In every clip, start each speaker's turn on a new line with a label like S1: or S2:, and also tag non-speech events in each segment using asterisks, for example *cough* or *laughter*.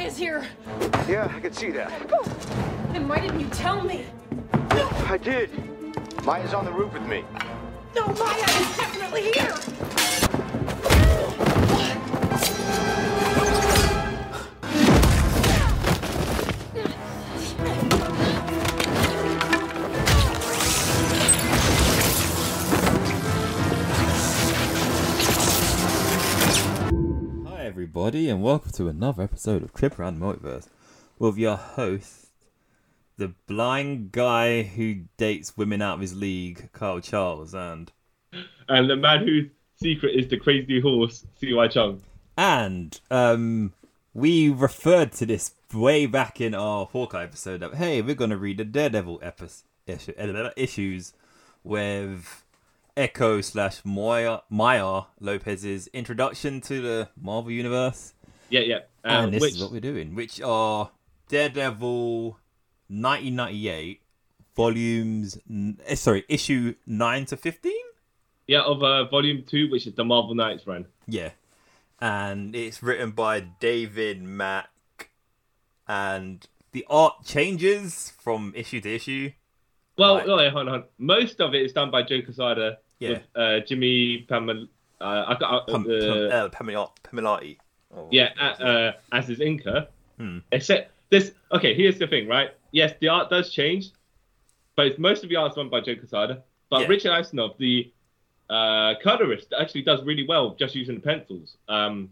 S1: is here.
S2: Yeah, I could see that.
S1: Go. Then why didn't you tell me?
S2: I did. Maya's on the roof with me.
S1: No, Maya is definitely here.
S3: Hi, everybody, and welcome to another episode of Trip Around the Multiverse with your host, the blind guy who dates women out of his league, Carl Charles, and
S4: And the man whose secret is the crazy horse, CY Chung.
S3: and um, we referred to this way back in our Hawkeye episode. Of, hey, we're gonna read the Daredevil epis issue, *laughs* uh, issues with Echo slash Moya Maya Lopez's introduction to the Marvel universe.
S4: Yeah, yeah. Um,
S3: and this
S4: which,
S3: is what we're doing, which are Daredevil 1998 volumes. n- eh, Sorry, issue nine to fifteen.
S4: yeah, of uh, volume two, which is the Marvel Knights run.
S3: Yeah, and it's written by David Mack, and the art changes from issue to issue.
S4: Well,
S3: Right.
S4: no, wait, hold on, hold on. Most of it is done by Joe Casada
S3: Yeah.
S4: with uh, Jimmy Pamela. Uh, I got uh,
S3: Pam,
S4: uh,
S3: Pam, uh, Pamela, Pamilati. Oh,
S4: yeah, uh, uh, as his inker. Except this. Okay, here's the thing, right? Yes, the art does change, but it's most of the art's done by Joe Casada. But
S3: Yeah.
S4: Richard Isenov, the uh, colorist, actually does really well just using the pencils, um,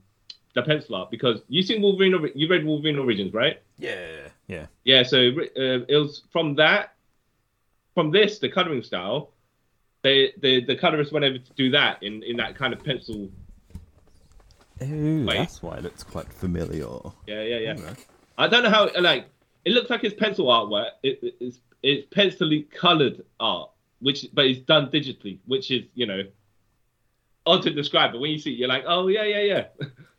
S4: the pencil art, because you seen Wolverine. Ori- You read Wolverine Origins, right?
S3: yeah, yeah,
S4: Yeah. So uh, it was from that, from this, the coloring style. They, the the colorist went over to do that in, in that kind of pencil.
S3: Ooh,
S4: Wait.
S3: that's why it looks quite familiar.
S4: Yeah, yeah, yeah.
S3: Okay.
S4: I don't know how like it looks like it's pencil artwork. It, it- it's it's pencilly colored art, which but it's done digitally, which is you know odd to describe. But when you see it, you're like, oh yeah, yeah, *laughs* yeah.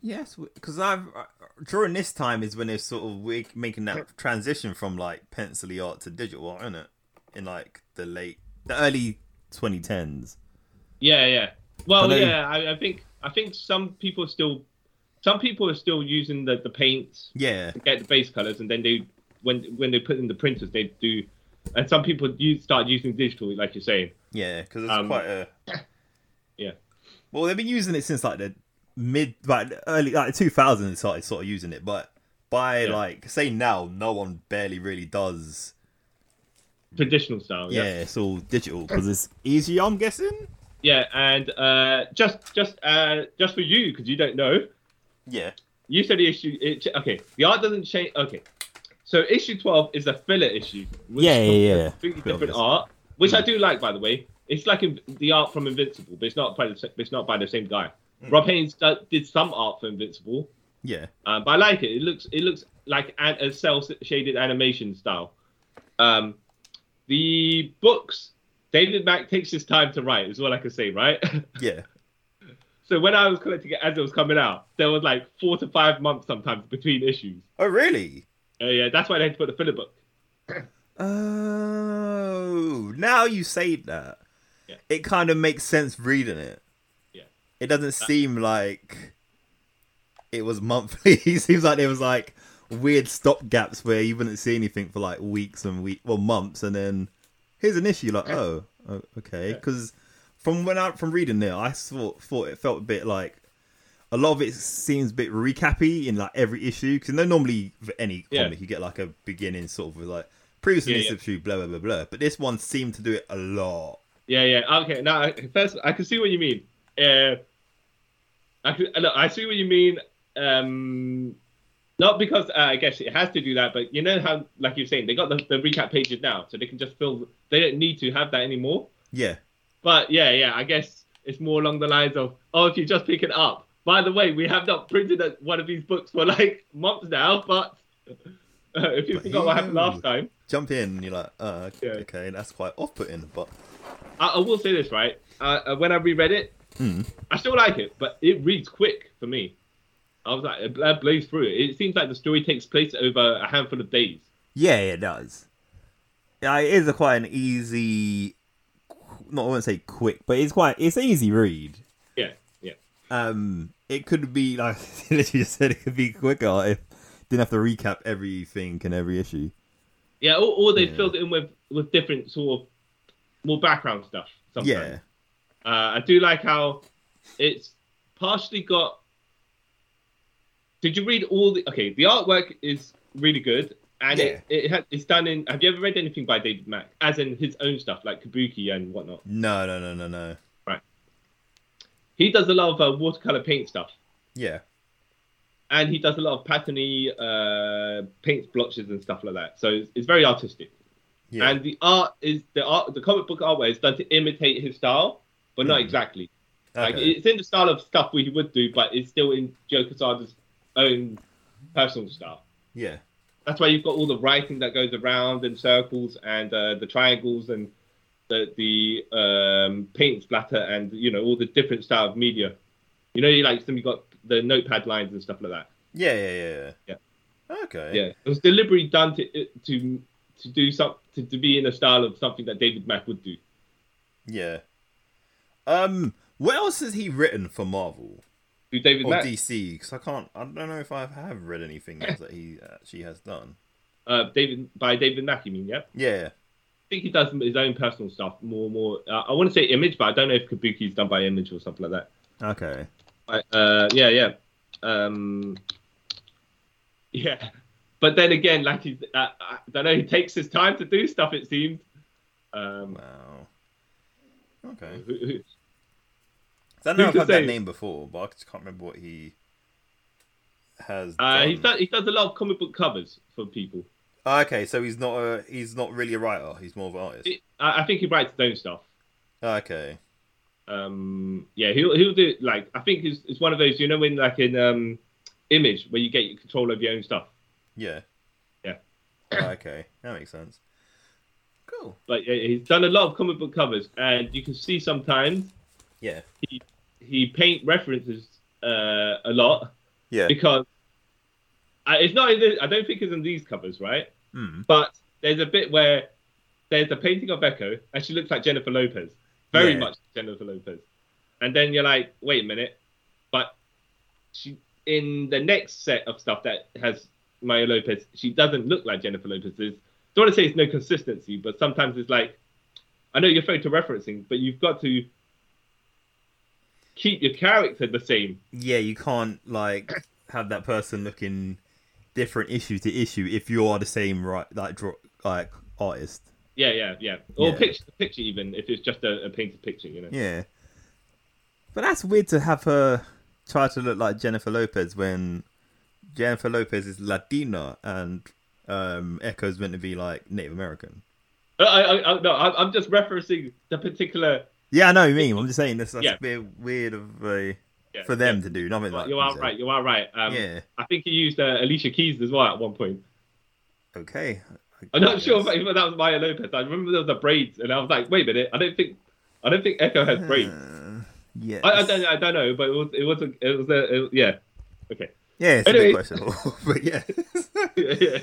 S3: Yes, because I've uh, during this time is when they're sort of wi- making that transition from like pencil art to digital art, isn't it? In like the late, the early 2010s.
S4: Yeah, yeah. Well,
S3: Hello.
S4: yeah. I, I think I think some people still some people are still using the the paints
S3: Yeah,
S4: get the base colors, and then they when when they put in the printers, they do. And some people use, start using digital, like you're saying.
S3: yeah, because it's
S4: Um,
S3: quite a
S4: Yeah.
S3: Well, they've been using it since like the mid, like the early, like 2000 they started sort of using it, but by
S4: Yeah.
S3: like say now, no one barely really does.
S4: Traditional style.
S3: Yeah, it's all digital because it's easier. I'm guessing.
S4: Yeah, and uh, just just uh, just for you because you don't know.
S3: Yeah.
S4: You said the issue. It, okay, the art doesn't change. Okay, so issue twelve is a filler issue. which
S3: Yeah,
S4: is
S3: yeah, yeah.
S4: Completely
S3: Filler
S4: different
S3: issue.
S4: art, which I do like, by the way. It's like in, the art from Invincible, but it's not by the sa- it's not by the same guy. Rob Haynes do, did some art for Invincible,
S3: Yeah.
S4: uh, but I like it. It looks it looks like an, a cell shaded animation style. Um, the books David Mack takes his time to write is all I can say, right? *laughs*
S3: Yeah.
S4: So when I was collecting it as it was coming out, there was like four to five months sometimes between issues.
S3: Oh really?
S4: Uh, yeah, that's why they had to put the filler book.
S3: Oh, now you say that,
S4: Yeah.
S3: it kind of makes sense reading it.
S4: Yeah.
S3: It doesn't
S4: Uh,
S3: seem like it was monthly. *laughs* it seems like there was like weird stop gaps where you wouldn't see anything for like weeks and week, well months, and then here's an issue like oh, oh okay, because from when I from reading there, I thought thought it felt a bit like. A lot of it seems a bit recappy in like every issue because no normally for any
S4: Yeah.
S3: comic you get like a beginning sort of like previously
S4: Yeah,
S3: this
S4: yeah.
S3: issue blah blah blah blah, but this one seemed to do it a lot.
S4: Yeah, yeah. Okay, now I- first I can see what you mean. Uh, I can, look, I see what you mean. Um, not because uh, I guess it has to do that, but you know how, like you're saying, they got the, the recap pages now, so they can just fill. They don't need to have that anymore.
S3: Yeah,
S4: But yeah, yeah, I guess it's more along the lines of, oh, if you just pick it up. By the way, we have not printed a- one of these books for like months now, but *laughs* uh, if you
S3: But
S4: forgot what happened
S3: hello.
S4: last time,
S3: jump in and you're like, uh,
S4: Yeah.
S3: okay, that's quite off-putting, but
S4: I, I will say this, right? Uh, uh, when I reread it,
S3: Hmm.
S4: I still like it, but it reads quick for me. I was like, it bla- blazed through it. It seems like the story takes place over a handful of days.
S3: yeah, it does. Yeah, it is a quite an easy, not I wouldn't say quick, but it's quite it's an easy read.
S4: Yeah, yeah.
S3: *laughs* Um, it could be like literally just said it could be quicker if didn't have to recap everything and every issue.
S4: Yeah, or, or they
S3: Yeah.
S4: filled it in with with different sort of more background stuff. Sometimes.
S3: Yeah,
S4: Uh, I do like how it's partially got. Did you read all the? Okay, the artwork is really good, and it, it ha- it's done in. Have you ever read anything by David Mack, as in his own stuff like Kabuki and whatnot?
S3: no, no, no, no, no.
S4: He does a lot of uh, watercolor paint stuff,
S3: Yeah,
S4: and he does a lot of patterny uh, paint blotches and stuff like that. So it's, it's very artistic.
S3: yeah,
S4: And the art is the art, the comic book artwork is done to imitate his style, but not
S3: Mhm.
S4: exactly. Like
S3: Okay.
S4: it's in the style of stuff we would do, but it's still in Joe Quesada's own personal style.
S3: yeah,
S4: That's why you've got all the writing that goes around in circles and uh, the triangles and the the um, paint splatter and you know all the different style of media. You know, you like some you got the notepad lines and stuff like that.
S3: yeah, yeah, yeah,
S4: Yeah.
S3: Okay.
S4: Yeah, it was deliberately done to to to do some to, to be in the style of something that David Mack would do.
S3: Yeah. Um, what else has he written for Marvel
S4: Do David
S3: or
S4: Mack?
S3: DC? Because I can't, I don't know if I have read anything else that he actually has done.
S4: uh, David by David Mack, you mean? Yeah.
S3: Yeah,
S4: I think he does his own personal stuff more more. Uh, I want to say image, but I don't know if Kabuki's done by image or something like that.
S3: okay,
S4: I, uh, yeah, yeah, um, yeah. But then again, like he's, uh, I don't know, he takes his time to do stuff. It seems. Um,
S3: wow, okay.
S4: who- who-
S3: 'Cause I know
S4: Who's
S3: I've
S4: to
S3: heard that
S4: say?
S3: name before, but I just can't remember what he has.
S4: uh, he
S3: done. Ah,
S4: does he does a lot of comic book covers for people.
S3: Okay, so he's not a he's not really a writer. He's more of an artist. Ah,
S4: He- I, I think he writes his own stuff.
S3: Okay.
S4: um yeah he'll he'll do like i think it's, it's one of those you know when like in um image where you get your control over your own stuff
S3: Yeah. Ah,
S4: Yeah.
S3: okay, that makes sense. Cool.
S4: but yeah, he's done a lot of comic book covers and you can see sometimes
S3: Yeah.
S4: he paint references uh a lot
S3: Yeah.
S4: because I, it's not in the, i don't think it's in these covers right
S3: Hmm.
S4: but there's a bit where there's a painting of echo and she looks like jennifer lopez very
S3: Yeah.
S4: much jennifer lopez and then you're like wait a minute but she in the next set of stuff that has Maya Lopez, she doesn't look like Jennifer Lopez. There's, don't want to say it's no consistency, but sometimes it's like, I know you're photo referencing, but you've got to keep your character the same.
S3: Yeah, you can't like have that person looking different issue to issue if you are the same right like draw like artist.
S4: Yeah, yeah, yeah. Or
S3: Yeah.
S4: picture to picture, even if it's just a, a painted picture, you know.
S3: Yeah. But that's weird to have her try to look like Jennifer Lopez when Jennifer Lopez is Latina and um Echo's meant to be like Native American.
S4: I, I, I, no, I, I'm just referencing the particular.
S3: Yeah, I know what you mean. I'm just saying this. That's
S4: Yeah.
S3: a bit weird of a
S4: Yeah,
S3: for them to do. Nothing
S4: yeah.
S3: like
S4: You are
S3: so-
S4: right. You are right. Um,
S3: Yeah.
S4: I think he used uh, Alicia Keys as well at one point.
S3: Okay.
S4: I'm not sure if,
S3: Yes.
S4: if that was Maya Lopez. I remember there was the braids, and I was like, wait a minute, I don't think, I don't think Echo has braids.
S3: Uh, Yes.
S4: I, I don't, I don't know, but it was, it was, a, it was, a, it- yeah, *laughs* okay.
S3: Yeah, it's
S4: Anyway.
S3: a bit questionable, *laughs* but yeah.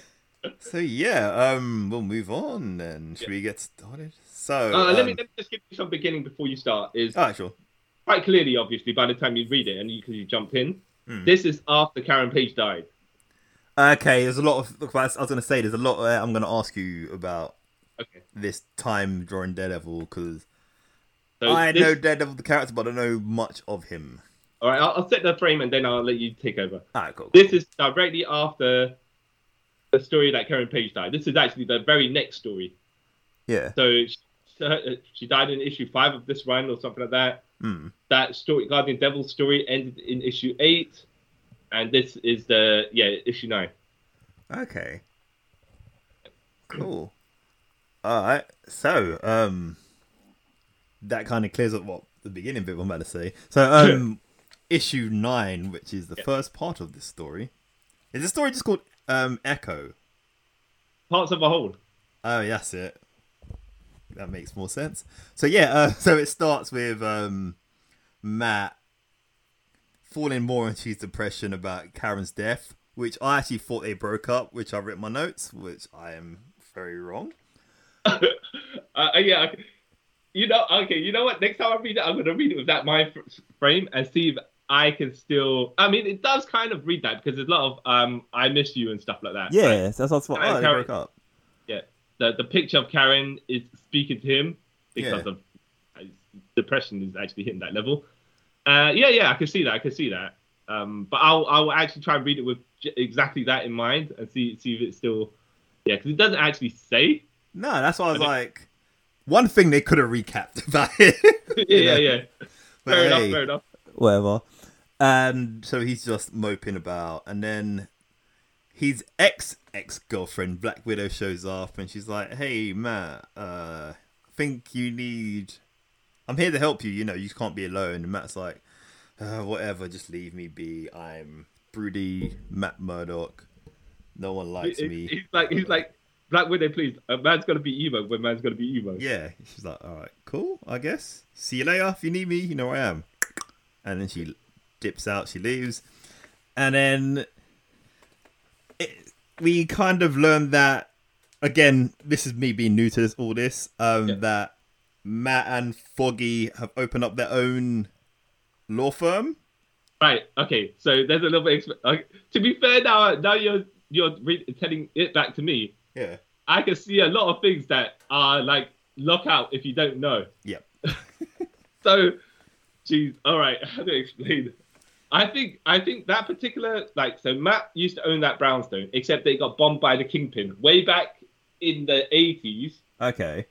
S3: so yeah, um, we'll move on then. Should we get started? So,
S4: Uh, let me
S3: um,
S4: let me just give you some beginning before you start. Is
S3: oh, sure.
S4: quite clearly, obviously, by the time you read it and you, 'cause you jump in,
S3: Hmm.
S4: this is after Karen Page died.
S3: Okay, there's a lot of. look, I was going to say there's a lot. Uh, I'm going to ask you about
S4: Okay,
S3: this time during Daredevil because
S4: so
S3: I
S4: this-
S3: know Daredevil the character, but I don't know much of him.
S4: All right, I'll, I'll set the frame and then I'll let you take over.
S3: Alright, cool.
S4: This is directly after the story that Karen Page died. This is actually the very next story.
S3: yeah.
S4: So she, uh, she died in issue five of this run or something like that.
S3: Mm.
S4: That story, Guardian Devil story, ended in issue eight, and this is the yeah issue nine.
S3: Okay. Cool. Alright. So, um that kind of clears up what the beginning bit I'm about to say. So um issue nine, which is the first part of this story. Is the story just called um Echo?
S4: Parts of a whole.
S3: Oh that's it. That makes more sense. So yeah, uh, *laughs* so it starts with um Matt falling more into his depression about Karen's death, which I actually thought they broke up, which I wrote my notes, which I am very wrong.
S4: Uh, uh, yeah, okay. you know. Okay, you know what? Next time I read it, I'm gonna read it with that mind fr- frame and see if I can still. I mean, it does kind of read that because there's a lot of um, "I miss you" and stuff like that.
S3: Yeah,
S4: right?
S3: that's that's what.
S4: I
S3: Oh, they
S4: carry-
S3: broke up.
S4: yeah. The the picture of Karen is speaking to him because
S3: Yeah.
S4: of his depression is actually hitting that level. Uh, yeah, yeah, I can see that. I can see that. Um, but I'll I'll actually try and read it with j- exactly that in mind and see see if it's still. Yeah, because it doesn't actually say.
S3: No, that's why I was
S4: I think-
S3: like, one thing they could have recapped *laughs* about it.
S4: *laughs* yeah, yeah, yeah.
S3: *laughs* But
S4: Fair enough.
S3: hey,
S4: Fair enough.
S3: Whatever. And so he's just moping about, and then his ex ex girlfriend Black Widow shows up, and she's like, "Hey, Matt, uh, I think you need. I'm here to help you. You know, you can't be alone." And Matt's like, uh, "Whatever, just leave me be. I'm broody Matt Murdock. No one likes
S4: He-
S3: me."
S4: He's like he's like Black Widow, please. A man's gonna be emo when man's gonna be emo.
S3: Yeah, she's like, all right, cool, I guess. See you later. If you need me, you know where I am. And then she dips out, she leaves. And then it, we kind of learn that, again, this is me being new to this, all this, um,
S4: Yeah.
S3: that Matt and Foggy have opened up their own law firm.
S4: Right. Okay. So there's a little bit. Exp- okay. To be fair, now now you're you're re- telling it back to me.
S3: Yeah.
S4: I can see a lot of things that are like lock out if you don't know.
S3: Yep.
S4: *laughs* So, geez, all right. *laughs* How do I explain? I think I think that particular like so Matt used to own that brownstone, except they got bombed by the kingpin way back in the 80s.
S3: Okay.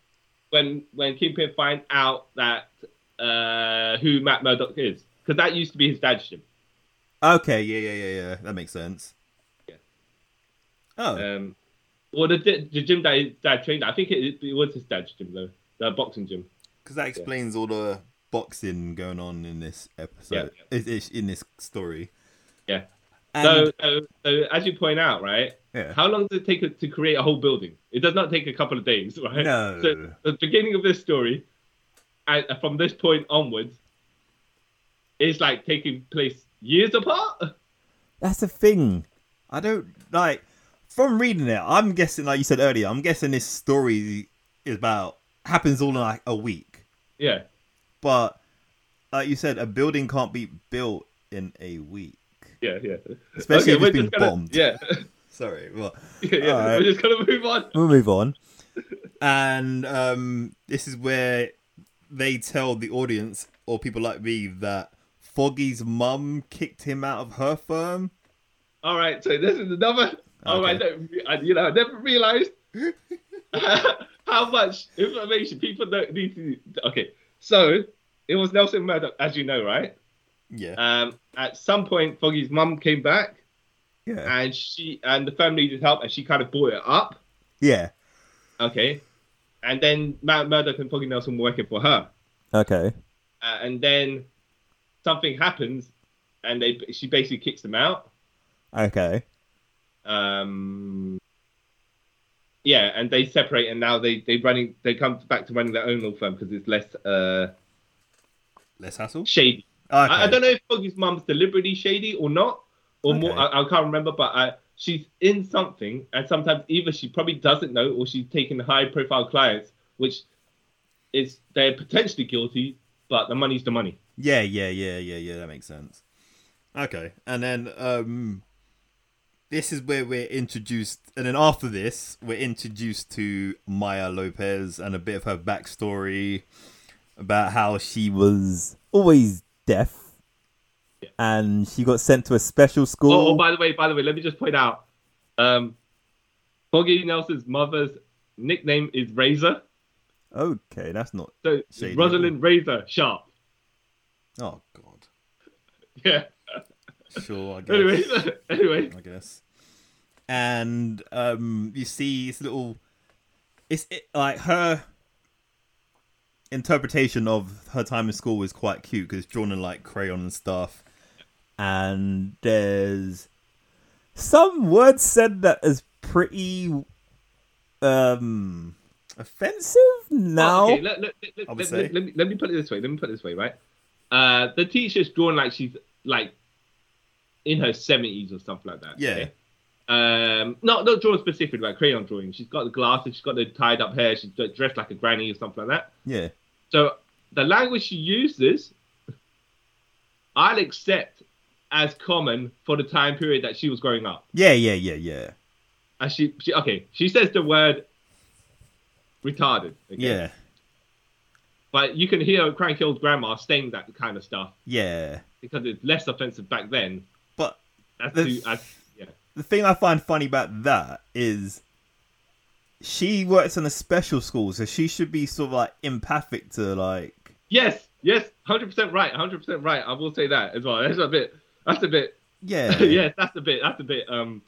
S4: when when Kingpin finds out that uh, who Matt Murdock is, because that used to be his dad's gym.
S3: Okay, yeah, yeah, yeah, yeah. That makes sense.
S4: Yeah.
S3: Oh,
S4: Um, well, the, the gym that his dad trained at, I think it, it was his dad's gym though, the boxing gym.
S3: because that explains all the boxing going on in this episode, is- is- in this story.
S4: Yeah.
S3: And,
S4: So, so, so as you point out, right?
S3: yeah.
S4: How long does it take to create a whole building? It does not take a couple of days, *laughs* right?
S3: No.
S4: So the beginning of this story, and from this point onwards, is like taking place years apart. *laughs*
S3: that's the thing. I don't like from reading it. I'm guessing, like you said earlier, I'm guessing this story is about happens all in like a week.
S4: Yeah.
S3: But like you said, a building can't be built in a week,
S4: Yeah, yeah.
S3: especially if
S4: we're
S3: it's been
S4: just gonna-
S3: bombed.
S4: Yeah. *laughs*
S3: Sorry. Well,
S4: yeah, yeah.
S3: All right.
S4: We're just gonna move on.
S3: we'll move on. *laughs* And um, this is where they tell the audience or people like me that Foggy's mum kicked him out of her firm.
S4: All right, so this is another. Oh, I
S3: Okay.
S4: don't. I, you know, I never realized *laughs* how much information people don't need to. Okay, so it was Nelson Murdoch, as you know, right?
S3: Yeah.
S4: Um, at some point, Foggy's mum came back,
S3: yeah.
S4: and she and the firm needed help, and she kind of brought it up.
S3: yeah.
S4: Okay, and then Matt Murdoch and Foggy Nelson were working for her.
S3: Okay.
S4: uh, and then something happens, and they she basically kicks them out.
S3: Okay.
S4: Um, yeah, and they separate, and now they they running they come back to running their own law firm because it's less uh
S3: Let's hassle. Okay.
S4: shady. I, I don't know if Foggy's mum's deliberately shady or not, or more.
S3: Okay.
S4: I, I can't remember, but I, she's in something, and sometimes either she probably doesn't know, or she's taking high profile clients, which is they're potentially guilty, but the money's the money.
S3: Yeah, yeah, yeah, yeah, yeah. That makes sense. Okay, and then um, this is where we're introduced, and then after this, we're introduced to Maya Lopez and a bit of her backstory about how she was always deaf,
S4: Yeah.
S3: and she got sent to a special school.
S4: Oh, oh, by the way, by the way, let me just point out, um, Foggy Nelson's mother's nickname is Razor.
S3: okay, that's not.
S4: So
S3: Shady.
S4: Rosalind Razor Sharp. *laughs*
S3: Oh God.
S4: Yeah.
S3: Sure. I guess.
S4: Anyway, *laughs* anyway.
S3: I guess. And um, you see this little, it's it, like her interpretation of her time in school was quite cute because it's drawn in like crayon and stuff. And there's some words said that is pretty um offensive now.
S4: Oh, Okay, let, let, let,
S3: I would
S4: let-
S3: say.
S4: let me, let me put it this way. Let me put it this way, right? Uh, the teacher's drawn like she's like in her seventies or something like that.
S3: Yeah.
S4: okay? Um, not not drawn specifically, like crayon drawing. She's got the glasses. She's got the tied up hair. She's dressed like a granny or something like that.
S3: Yeah.
S4: So the language she uses, I'll accept as common for the time period that she was growing up.
S3: Yeah, yeah, yeah, yeah.
S4: And she, she okay, she says the word retarded. okay?
S3: Yeah.
S4: But you can hear Cranky Old Grandma saying that kind of stuff
S3: Yeah.
S4: because it's less offensive back then.
S3: But
S4: That's
S3: The-
S4: too, I, yeah.
S3: the thing I find funny about that is she works in a special school, so she should be sort of like empathic to like *laughs*
S4: Yes, yes, hundred percent right, hundred percent right. I will say that as well. That's a bit. That's a bit. *laughs*
S3: yeah,
S4: yes, that's a bit. That's a bit. Um,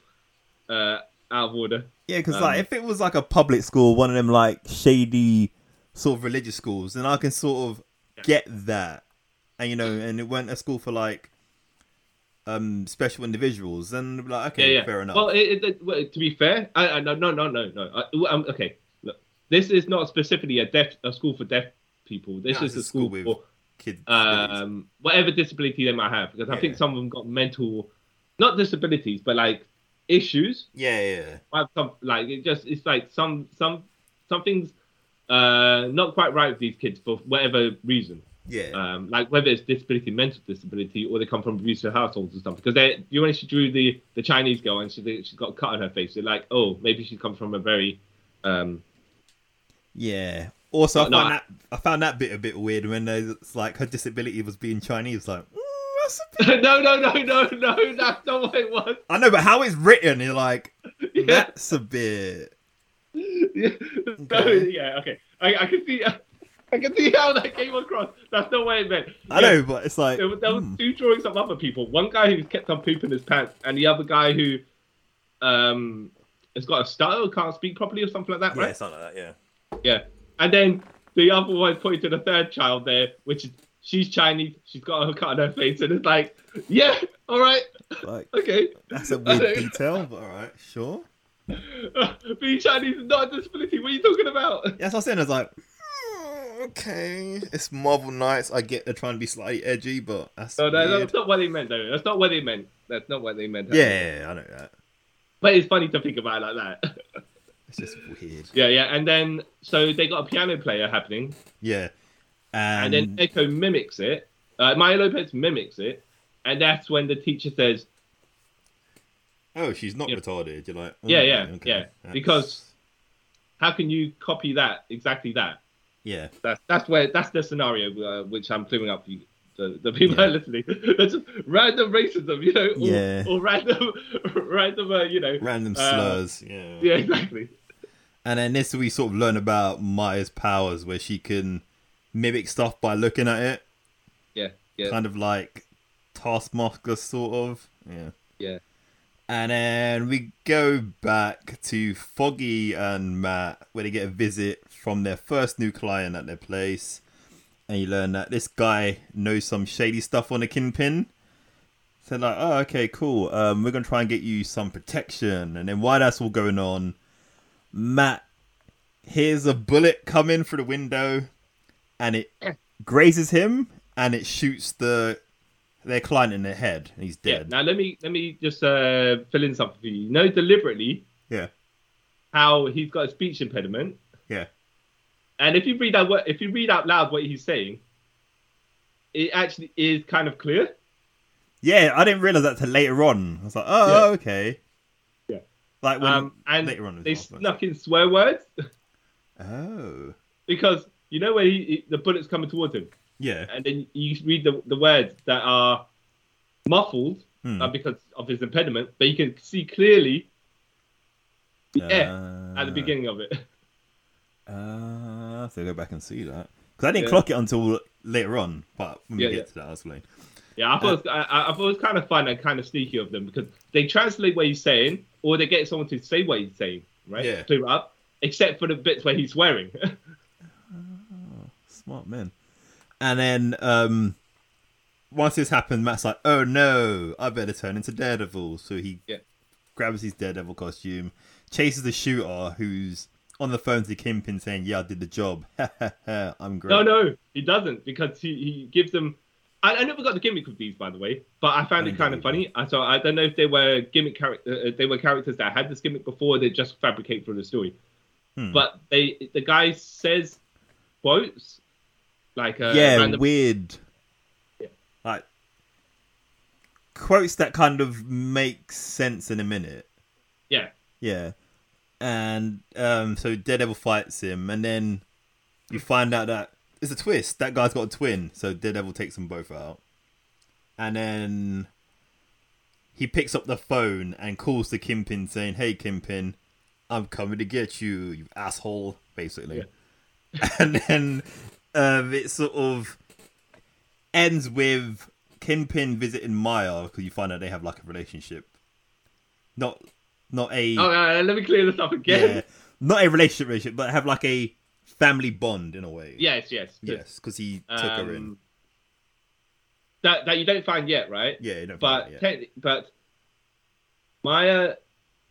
S4: uh, out of order.
S3: yeah. Because
S4: Um,
S3: like if it was like a public school, one of them like shady sort of religious schools, then I can sort of get that, and you know, and it weren't a school for like um special individuals, then I'd be like okay,
S4: yeah, yeah.
S3: fair enough.
S4: Well, it, it, well, to be fair, I, I, no, no, no, no, no. I, well, um, okay, look, this is not specifically a deaf a school for deaf people. This
S3: No,
S4: is
S3: it's
S4: a school, for
S3: kids.
S4: um, whatever disability they might have, because I
S3: Yeah.
S4: think some of them got mental, not disabilities, but like issues.
S3: yeah, yeah,
S4: I have some like it just it's like some some something's uh not quite right with these kids for whatever reason
S3: yeah.
S4: um like whether it's disability mental disability or they come from abusive households and stuff because they you know, when she drew the the chinese girl and she she's got a cut on her face they're like oh maybe she comes from a very um *laughs*
S3: Yeah. Also, I,
S4: No,
S3: found
S4: I-
S3: that, I found that bit a bit weird when they- it's like her disability was being Chinese. Like, mm, that's a bit...
S4: no no no no no that's not what it was *laughs*
S3: I know, but how it's written, you're like,
S4: Yeah.
S3: that's a bit.
S4: *laughs* yeah. No,
S3: Okay.
S4: yeah okay i, I can see *laughs* i can see how that came across that's not what it meant
S3: I
S4: Yeah.
S3: know, but it's like,
S4: there were, there was
S3: mm,
S4: two drawings of other people. One guy who's kept on pooping his pants, and the other guy who um has got a stutter, can't speak properly, or something like that, *laughs* right?
S3: something like that. Yeah.
S4: Yeah. And then the other one pointed to the third child there, which is she's Chinese, she's got a cut on her face, and it's like, yeah, all right, *laughs*
S3: Like,
S4: okay.
S3: that's a
S4: I
S3: weird
S4: know.
S3: detail, but all right, sure.
S4: Being Chinese is not a disability. What are you talking about?
S3: Yeah, that's what I'm saying. It's like, mm, okay, it's Marvel Knights. I get they're trying to be slightly edgy, but that's.
S4: No, no, no,
S3: weird.
S4: that's not what they meant, though. That's not what they meant. That's not what they meant.
S3: Yeah, yeah, yeah, I know that.
S4: But it's funny to think about it like that. *laughs*
S3: It's just weird.
S4: yeah, yeah. And then, so they got a piano player happening.
S3: Yeah. And,
S4: and then Echo mimics it. Uh, Maya Lopez mimics it, and that's when the teacher says,
S3: oh, she's not
S4: Yeah.
S3: retarded. You're like, oh,
S4: "Yeah, yeah,
S3: okay,
S4: yeah,"
S3: that's-
S4: because how can you copy that exactly? That
S3: yeah,
S4: that's that's where that's the scenario uh, which I'm clearing up for you. The, the people
S3: Yeah.
S4: that are *laughs* listening, that's just random racism, you know, or,
S3: Yeah.
S4: or random, *laughs* random, uh, you know,
S3: random
S4: uh,
S3: slurs. Yeah.
S4: Yeah, exactly.
S3: And then this we sort of learn about Maya's powers, where she can mimic stuff by looking at it,
S4: Yeah, yeah,
S3: kind of like Taskmaster sort of. Yeah.
S4: yeah,
S3: And then we go back to Foggy and Matt, where they get a visit from their first new client at their place. And you learn that this guy knows some shady stuff on the kinpin. So, like, oh, okay, cool. Um, we're going to try and get you some protection. And then, while that's all going on, Matt hears a bullet coming through the window and it grazes him and it shoots the their client in the head and he's
S4: yeah.
S3: dead.
S4: Now let me let me just uh, fill in something for you. You know, deliberately
S3: yeah.
S4: how he's got a speech impediment.
S3: yeah.
S4: And if you read out what if you read out loud what he's saying, it actually is kind of clear.
S3: Yeah, I didn't realize that till later on. I was like, oh,
S4: Yeah.
S3: okay.
S4: Yeah.
S3: Like when
S4: Um, and
S3: later on, as
S4: they
S3: well, but-
S4: snuck in swear words *laughs*
S3: Oh,
S4: because you know when he, he- the bullet's coming towards him,
S3: yeah,
S4: and then you read the, the words that are muffled
S3: Hmm.
S4: uh, because of his impediment, but you can see clearly the F at the
S3: Uh,
S4: beginning of it. *laughs*
S3: Uh, so go back and see that because I didn't
S4: Yeah.
S3: clock it until later on. But when
S4: Yeah,
S3: we get
S4: yeah.
S3: to that, I was playing.
S4: Yeah, I thought it was, I, I I thought it was kind of fun and kind of sneaky of them because they translate what he's saying, or they get someone to say what he's saying, right?
S3: Yeah.
S4: Clear it up, except for the bits where he's swearing. *laughs*
S3: Smart men. And then um, once this happened, Matt's like, "Oh no, I better turn into Daredevil." So he
S4: Yeah.
S3: grabs his Daredevil costume, chases the shooter who's on the phone to Kingpin saying, "Yeah, I did the job. *laughs* I'm great."
S4: No, no, he doesn't because he, he gives them. I, I never got the gimmick of these, by the way, but I found
S3: I
S4: it kind
S3: don't
S4: of funny. I so I don't know if they were gimmick character, uh, they were characters that had this gimmick before. They just fabricate for the story.
S3: Hmm.
S4: But they, the guy says quotes like uh,
S3: yeah,
S4: random-
S3: weird.
S4: Yeah.
S3: Like quotes that kind of make sense in a minute.
S4: Yeah.
S3: Yeah. And um, so Daredevil fights him, and then you find out that it's a twist. That guy's got a twin, so Daredevil takes them both out. And then he picks up the phone and calls to Kimpin, saying, Hey, Kimpin, I'm coming to get you, you asshole, basically. *laughs* And then um, it sort of ends with Kimpin visiting Maya because you find out they have like a relationship. Not not a
S4: Oh, uh, let me clear this up again.
S3: yeah, not a relationship relationship, but have like a family bond in a way.
S4: Yes, yes,
S3: Yes, because he
S4: Um,
S3: took her in.
S4: That that you don't find yet, right?
S3: Yeah, you don't
S4: But
S3: find out yet.
S4: techni- but Maya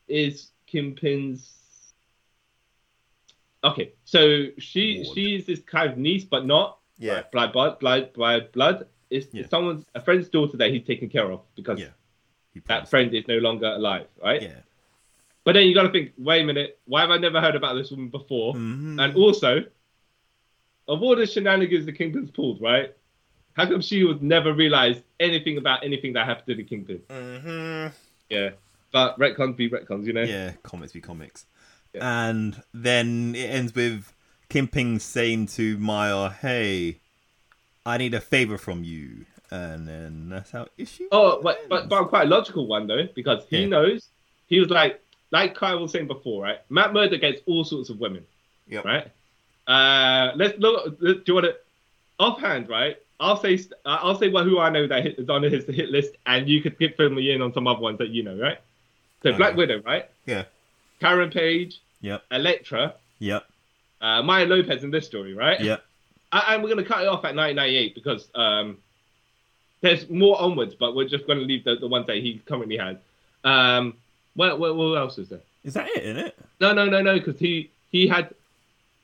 S4: is Kimpin's. Okay, so she
S3: Ward.
S4: she's this kind of niece, but not.
S3: Yeah.
S4: By blood, blood, by blood. It's
S3: Yeah.
S4: someone's a friend's daughter that he's taken care of because
S3: Yeah, He
S4: that
S3: passed.
S4: friend is no longer alive, right?
S3: Yeah,
S4: But then you got to think, wait a minute, why have I never heard about this woman before?
S3: Mhm.
S4: And also, of all the shenanigans the Kingpin's pulled, right? How come she would never realize anything about anything that happened to the Kingpin? Yeah. But retcons be retcons, you know?
S3: yeah. Comics be comics. And then it ends with Kim Ping saying to Maya, "Hey, I need a favor from you," and then that's how issue.
S4: Oh, but, but, but quite a logical one, though, because he
S3: Yeah.
S4: knows, he was like, like Kyle was saying before, right? Matt Murder gets all sorts of women.
S3: Yep.
S4: right? Uh, let's look. Do you want to offhand, right? I'll say st- I'll say well, who I know that hit, is on his hit list, and you could get fill me in on some other ones that you know, right? So Black
S3: Okay.
S4: Widow, right?
S3: Yeah.
S4: Karen Page,
S3: Yep.
S4: Elektra,
S3: Yep.
S4: uh, Maya Lopez in this story, right?
S3: Yep.
S4: I- and we're gonna cut it off at 1998 because um, there's more onwards, but we're just gonna leave the, the ones that he currently has. Um, what, what what else is there?
S3: Is that it? In it?
S4: No, no, no, no, because he he had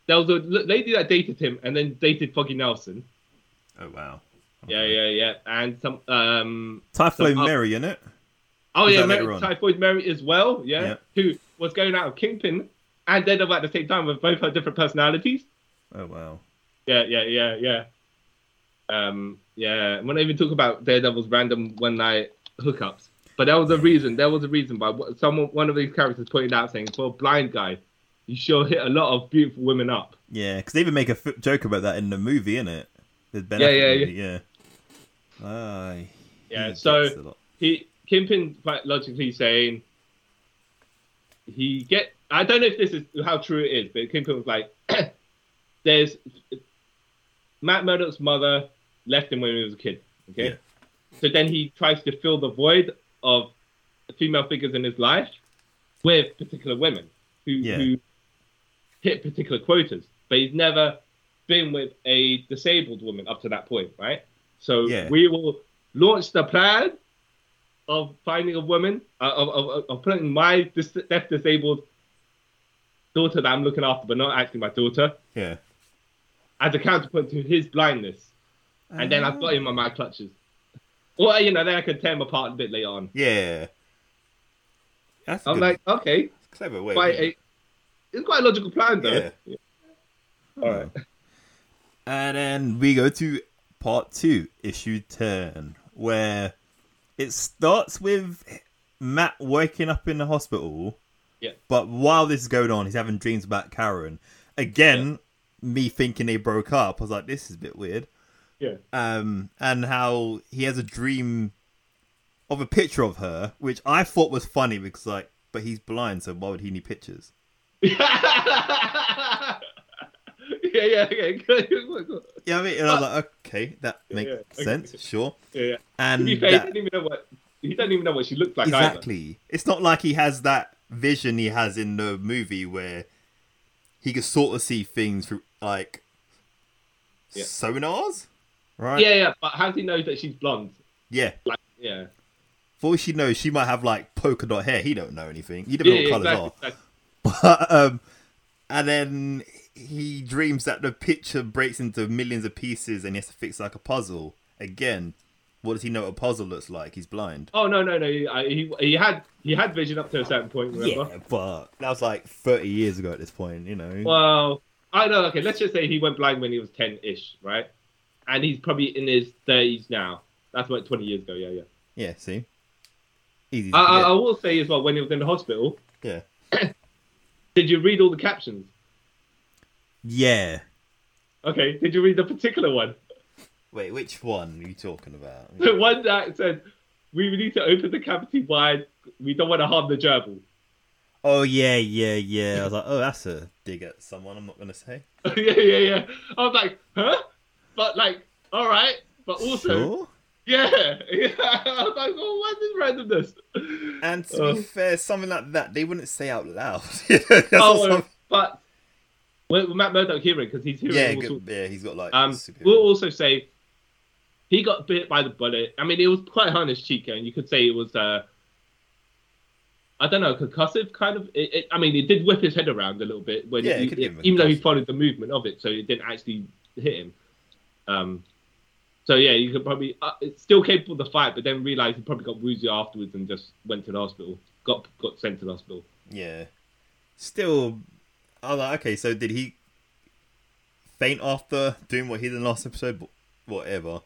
S4: there was a l- lady that dated him and then dated Foggy Nelson.
S3: Oh wow.
S4: Yeah, yeah, yeah, and some um
S3: Typhoid
S4: So, uh,
S3: Mary in it.
S4: oh
S3: Was
S4: yeah,
S3: that
S4: Mary,
S3: later on?
S4: Typhoid Mary as well. Yeah,
S3: Yeah.
S4: who was going out of Kingpin and then at the same time with both her different personalities.
S3: Oh wow.
S4: Yeah, yeah, yeah, yeah. Um, yeah, we're not even talking about Daredevil's random one night hookups. But there was a reason. There was a reason by what- someone, one of these characters pointed out saying, for a blind guy, you sure hit a lot of beautiful women up.
S3: Yeah, because they even make a f- joke about that in the movie, innit? The Ben
S4: Yeah,
S3: Affleck
S4: yeah,
S3: movie, yeah. Aye.
S4: Yeah,
S3: He
S4: so-
S3: gets a lot.
S4: he Kimpin quite logically saying he get I don't know if this is how true it is, but Kimpin was like *clears throat* there's Matt Murdock's mother left him when he was a kid. Okay.
S3: Yeah.
S4: So then he tries to fill the void of female figures in his life with particular women who
S3: Yeah.
S4: who hit particular quotas. But he's never been with a disabled woman up to that point, right? So
S3: Yeah.
S4: we will launch the plan of finding a woman, uh, of, of, of- of putting my dis- deaf disabled daughter that I'm looking after, but not actually my daughter,
S3: yeah.
S4: as a counterpoint to his blindness. And then I've got him on my clutches. Or, you know, then I can tear him apart a bit later on.
S3: Yeah. That's a
S4: I'm
S3: good-
S4: like, okay,
S3: clever way.
S4: quite
S3: isn't
S4: a,
S3: it?
S4: it's quite a logical plan, though.
S3: Yeah.
S4: All right.
S3: *laughs* And then we go to part two, issue 10, where it starts with Matt waking up in the hospital.
S4: Yeah.
S3: But while this is going on, he's having dreams about Karen. Again, me thinking they broke up. I was like, this is a bit weird.
S4: Yeah.
S3: um, and how he has a dream of a picture of her, which I thought was funny because like, but he's blind, so why would he need pictures?
S4: yeah, *laughs* yeah, yeah. Good, *laughs* good, good.
S3: Yeah, I mean, and I was like, okay, that makes
S4: yeah, okay.
S3: sense, sure.
S4: Yeah, yeah. To
S3: And
S4: be fair,
S3: that-
S4: he didn't even know what he doesn't even know what she looked like either.
S3: exactly, it's not like he has that vision he has in the movie where he can sort of see things through like
S4: Yeah.
S3: sonars, right?
S4: Yeah, yeah. But how does he know that she's blonde?
S3: yeah.
S4: Like, yeah.
S3: For all she knows, she might have like polka dot hair. He don't know anything. He don't
S4: Yeah,
S3: know what
S4: yeah,
S3: colours
S4: exactly,
S3: are.
S4: exactly.
S3: um, and then he dreams that the picture breaks into millions of pieces and he has to fix like a puzzle. Again, what does he know what a puzzle looks like? He's blind.
S4: Oh no, no, no. He, I- he, he had he had vision up to a certain point. Remember?
S3: Yeah, but that was like 30 years ago at this point, you know.
S4: Well, I know. Okay, let's just say he went blind when he was ten-ish, right? And he's probably in his thirties now. That's like twenty years ago. Yeah, yeah.
S3: Yeah, see? Easy. To
S4: I, I, I
S3: forget.
S4: will say as well, when he was in the hospital,
S3: yeah.
S4: did you read all the captions?
S3: Yeah.
S4: Okay, did you read the particular one? *laughs*
S3: Wait, which one are you talking about?
S4: The one that said, we need to open the cavity wide, we don't want to harm the gerbil.
S3: Oh yeah, yeah, yeah. I was like, oh, that's a dig at someone. I'm not gonna say.
S4: *laughs* yeah, yeah, yeah. I was like, huh? But like, all right. But also,
S3: Sure.
S4: yeah, *laughs* yeah. I was like, well, what's this randomness?
S3: And *laughs* to
S4: Oh.
S3: be fair, something like that they wouldn't say out loud. *laughs* That's not
S4: oh,
S3: something-
S4: but with with Matt Murdock hearing because he's hearing
S3: yeah,
S4: all sorts
S3: good, yeah, he's got like.
S4: Um,
S3: super-
S4: we'll also say he got bit by the bullet. I mean, it was quite hard on his cheekbone. You could say it was, uh, I don't know, concussive kind of. It, it, I mean, it did whip his head around a little bit when
S3: Yeah,
S4: it-
S3: it could've
S4: it-
S3: been
S4: even though he
S3: concussive.
S4: followed the movement of it, so it didn't actually hit him. Um, so yeah, you could probably uh, it's still capable of the fight, but then realized he probably got woozy afterwards and just went to the hospital. Got got sent to the hospital.
S3: Yeah. Still, I'm like, okay, so did he faint after doing what he did in the last episode? But Whatever.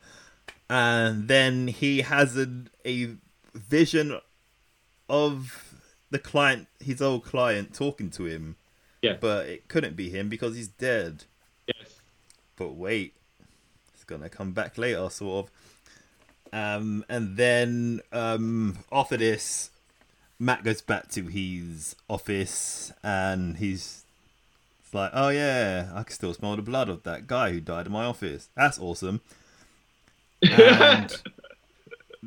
S3: And then he has a, a vision of the client, his old client, talking to him.
S4: Yeah.
S3: But it couldn't be him because he's dead.
S4: Yes.
S3: But wait, it's gonna come back later, sort of. Um, and then um, after this, Matt goes back to his office, and he's it's like, "Oh yeah, I can still smell the blood of that guy who died in my office. That's awesome." And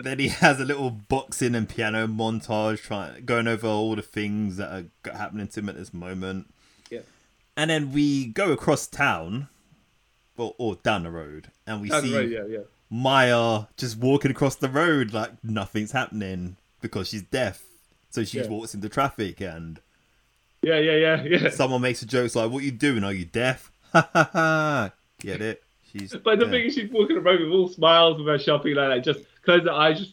S3: then he has a little boxing and piano montage, trying going over all the things that are g- happening to him at this moment.
S4: Yeah.
S3: And then we go across town, or, or down the road, and we
S4: Down
S3: see
S4: the road, yeah, yeah.
S3: Maya just walking across the road like nothing's happening because she's deaf. So she
S4: Yeah.
S3: walks into traffic and
S4: Yeah, yeah, *laughs* yeah, yeah.
S3: someone makes a joke like, What you doing? Are you deaf? *laughs* Ha ha ha. Get it? She's
S4: But the
S3: yeah.
S4: thing is, she's walking around with all smiles with her shopping like that, just close her eyes, just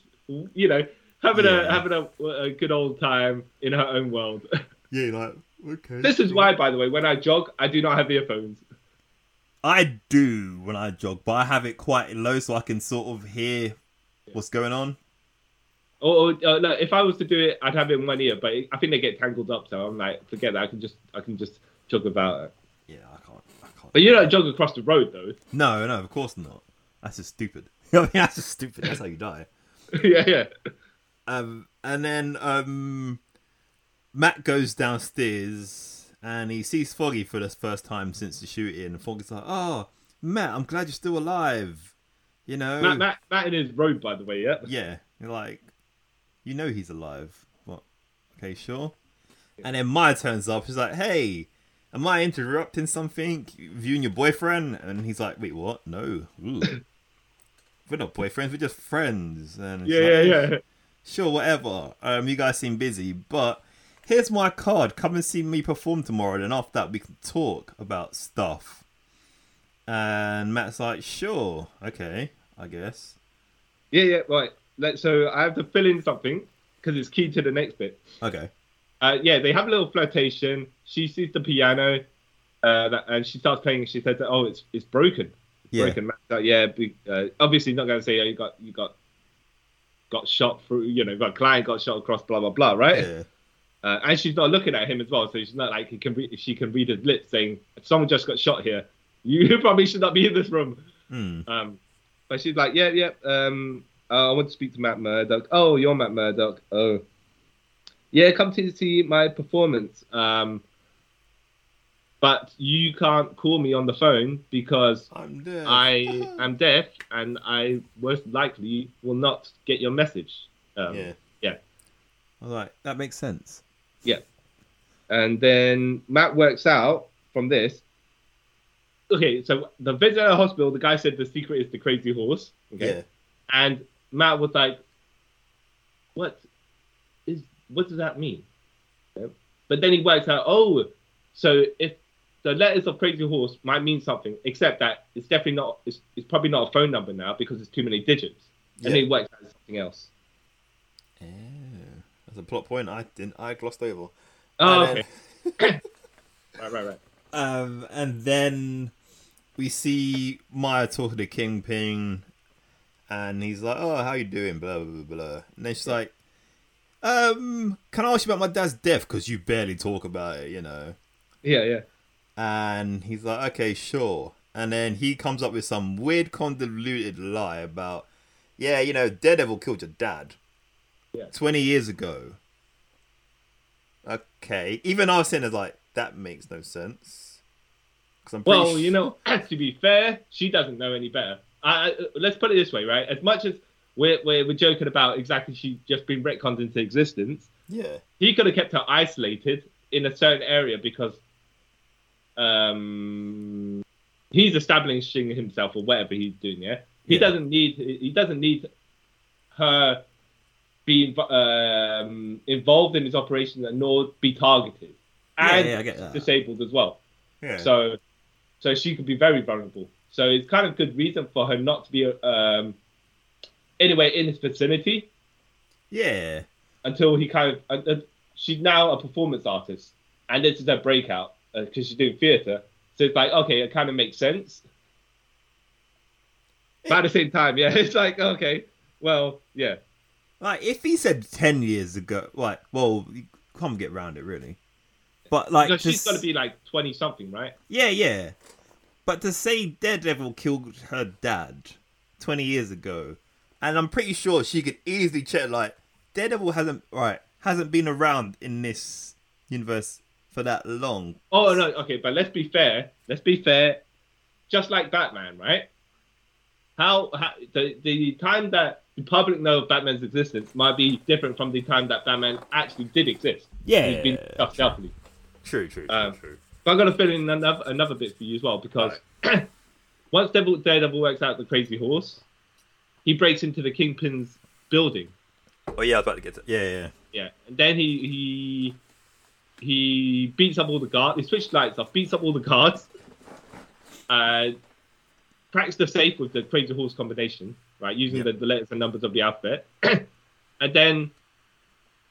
S4: you know, having a
S3: Yeah.
S4: having a, a good old time in her own world. *laughs*
S3: Yeah, you're like, okay.
S4: this is
S3: sure."
S4: why, by the way, when I jog, I do not have earphones.
S3: I do when I jog, but I have it quite low so I can sort of hear what's going on.
S4: Or, or uh, no, if I was to do it, I'd have it in one ear, but I think they get tangled up, so I'm like, forget that. I can just I can just jog about it.
S3: Yeah, I can't I can't
S4: But you don't jog across the road though. *laughs*
S3: No, no, of course not. That's just stupid. *laughs* I mean that's just stupid. That's how you die.
S4: yeah, yeah,
S3: Um, and then um, Matt goes downstairs and he sees Foggy for the first time since the shooting. Foggy's like, "Oh, Matt, I'm glad you're still alive." You know,
S4: Matt, Matt, Matt in his robe, by the way. Yeah,
S3: yeah, you're like, you know, he's alive. What? Okay, sure. And then Maya turns up. She's like, "Hey, am I interrupting something? Viewing your boyfriend?" And he's like, "Wait, what? No, Ooh.
S4: *coughs*
S3: we're not boyfriends. We're just friends." And it's
S4: yeah,
S3: like,
S4: yeah, yeah.
S3: sure, whatever. Um, you guys seem busy, but here's my card. Come and see me perform tomorrow, and after that, we can talk about stuff. And Matt's like, sure, okay, I guess.
S4: *laughs* Yeah, yeah, right. Let, so I have to fill in something because it's key to the next bit.
S3: Okay.
S4: uh, yeah, they have a little flirtation. She sees the piano, uh, that, and she starts playing. And she says, "Oh, it's it's broken, it's
S3: Yeah.
S4: broken." Matt's like, yeah, be, uh, obviously not going to say, "Oh, you got you got got shot through," you know, got client got shot across, blah blah blah, right?
S3: Yeah.
S4: Uh, and she's not looking at him as well, so she's not like he can read, she can read his lips saying, "Someone just got shot here. *laughs* You probably should not be in this room."
S3: Hmm.
S4: Um, but she's like, yeah, yeah. Um, uh, I want to speak to Matt Murdock. Oh, you're Matt Murdock. Oh, yeah. Come to see my performance. Um, but you can't call me on the phone
S3: *laughs*
S4: because
S3: I'm dead.
S4: I am deaf, and I most likely will not get your message. Um,
S3: yeah.
S4: yeah.
S3: All right, that makes sense.
S4: And then Matt works out from this. Okay, so the visit at the hospital, the guy said the secret is the crazy horse. Okay. And Matt was like, "What is? What does that mean?" Yeah. But then he works out, "Oh, so if the letters of Crazy Horse might mean something, except that it's definitely not. It's, it's probably not a phone number now because it's too many digits." And
S3: Yeah.
S4: then he works out something else.
S3: Yeah. Oh. That's a plot point I didn't. I glossed over.
S4: Oh,
S3: And
S4: okay.
S3: then-
S4: right, right, right.
S3: Um, and then we see Maya talking to Kingpin, and he's like, "Oh, how you doing?" Blah blah blah. blah. And then she's like, Um, can I ask you about my dad's death? Because you barely talk about it, you know.
S4: Yeah, yeah.
S3: And he's like, okay, sure. And then he comes up with some weird, convoluted lie about, yeah, you know, Daredevil killed your dad
S4: Yeah.
S3: 20 years ago. Okay. Even I was saying, it's like, that makes no sense. 'Cause I'm pretty
S4: Well,
S3: su-
S4: you know, *clears throat* to be fair, she doesn't know any better. I, I- let's put it this way, right? As much as we're, we're, we're joking about exactly she's just been retconned into existence,
S3: Yeah.
S4: he could have kept her isolated in a certain area because um, he's establishing himself or whatever he's doing. Yeah, he
S3: Yeah.
S4: doesn't need he doesn't need her being um, involved in his operation and nor be targeted
S3: Yeah,
S4: and
S3: yeah, I get that.
S4: disabled as well.
S3: Yeah.
S4: So, so she could be very vulnerable. So it's kind of good reason for her not to be um, anyway in his vicinity
S3: yeah.
S4: until he kind of uh, uh, she's now a performance artist and this is her breakout because she's doing theatre. So it's like okay, it kind of makes sense. But at the same time, yeah, *laughs* it's like okay, well, yeah,
S3: Like if he said ten years ago, like well, you can't get around it really. But like,
S4: because
S3: to
S4: she's got to
S3: s-
S4: be like twenty something, right?
S3: yeah, yeah. But to say Daredevil killed her dad twenty years ago, and I'm pretty sure she could easily check like Daredevil hasn't right hasn't been around in this universe for that long.
S4: Oh no, okay, but let's be fair. Let's be fair. Just like Batman, right? How, how the the time that the public know of Batman's existence might be different from the time that Batman actually did exist.
S3: Yeah.
S4: he's been stuffed healthily.
S3: True, true, true,
S4: Um,
S3: true.
S4: But I'm gonna fill in another another bit for you as well because *clears throat* once Devil Daredevil works out the Crazy Horse, he breaks into the Kingpin's building.
S3: Oh yeah, I was about to get to yeah, yeah.
S4: Yeah, and then he he he beats up all the guards. He switched lights off, beats up all the guards, uh, cracks the safe with the crazy horse combination, right? Using
S3: Yeah.
S4: the, the letters and numbers of the alphabet, *clears throat* and then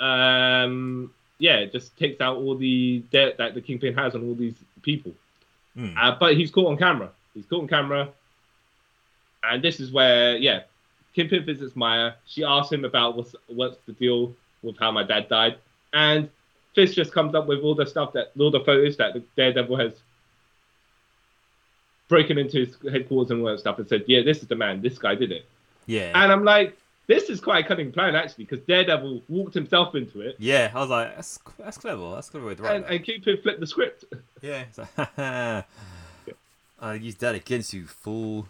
S4: um, yeah, just takes out all the debt that the kingpin has on all these people.
S3: Hmm.
S4: Uh, but he's caught on camera. He's caught on camera, and this is where yeah, Kingpin visits Maya. She asks him about what's what's the deal with how my dad died, and Fist just comes up with all the stuff that all the photos that the Daredevil has broken into his headquarters and all that stuff, and said, "Yeah, this is the man. This guy did it."
S3: Yeah.
S4: And uh, I'm like, "This is quite a cunning plan actually, because Daredevil walked himself into it,
S3: yeah, I was like, that's that's clever. That's a clever way to
S4: and, and Kingpin flipped the script." *laughs*
S3: Yeah. *laughs* It's like, I used that against you, fool.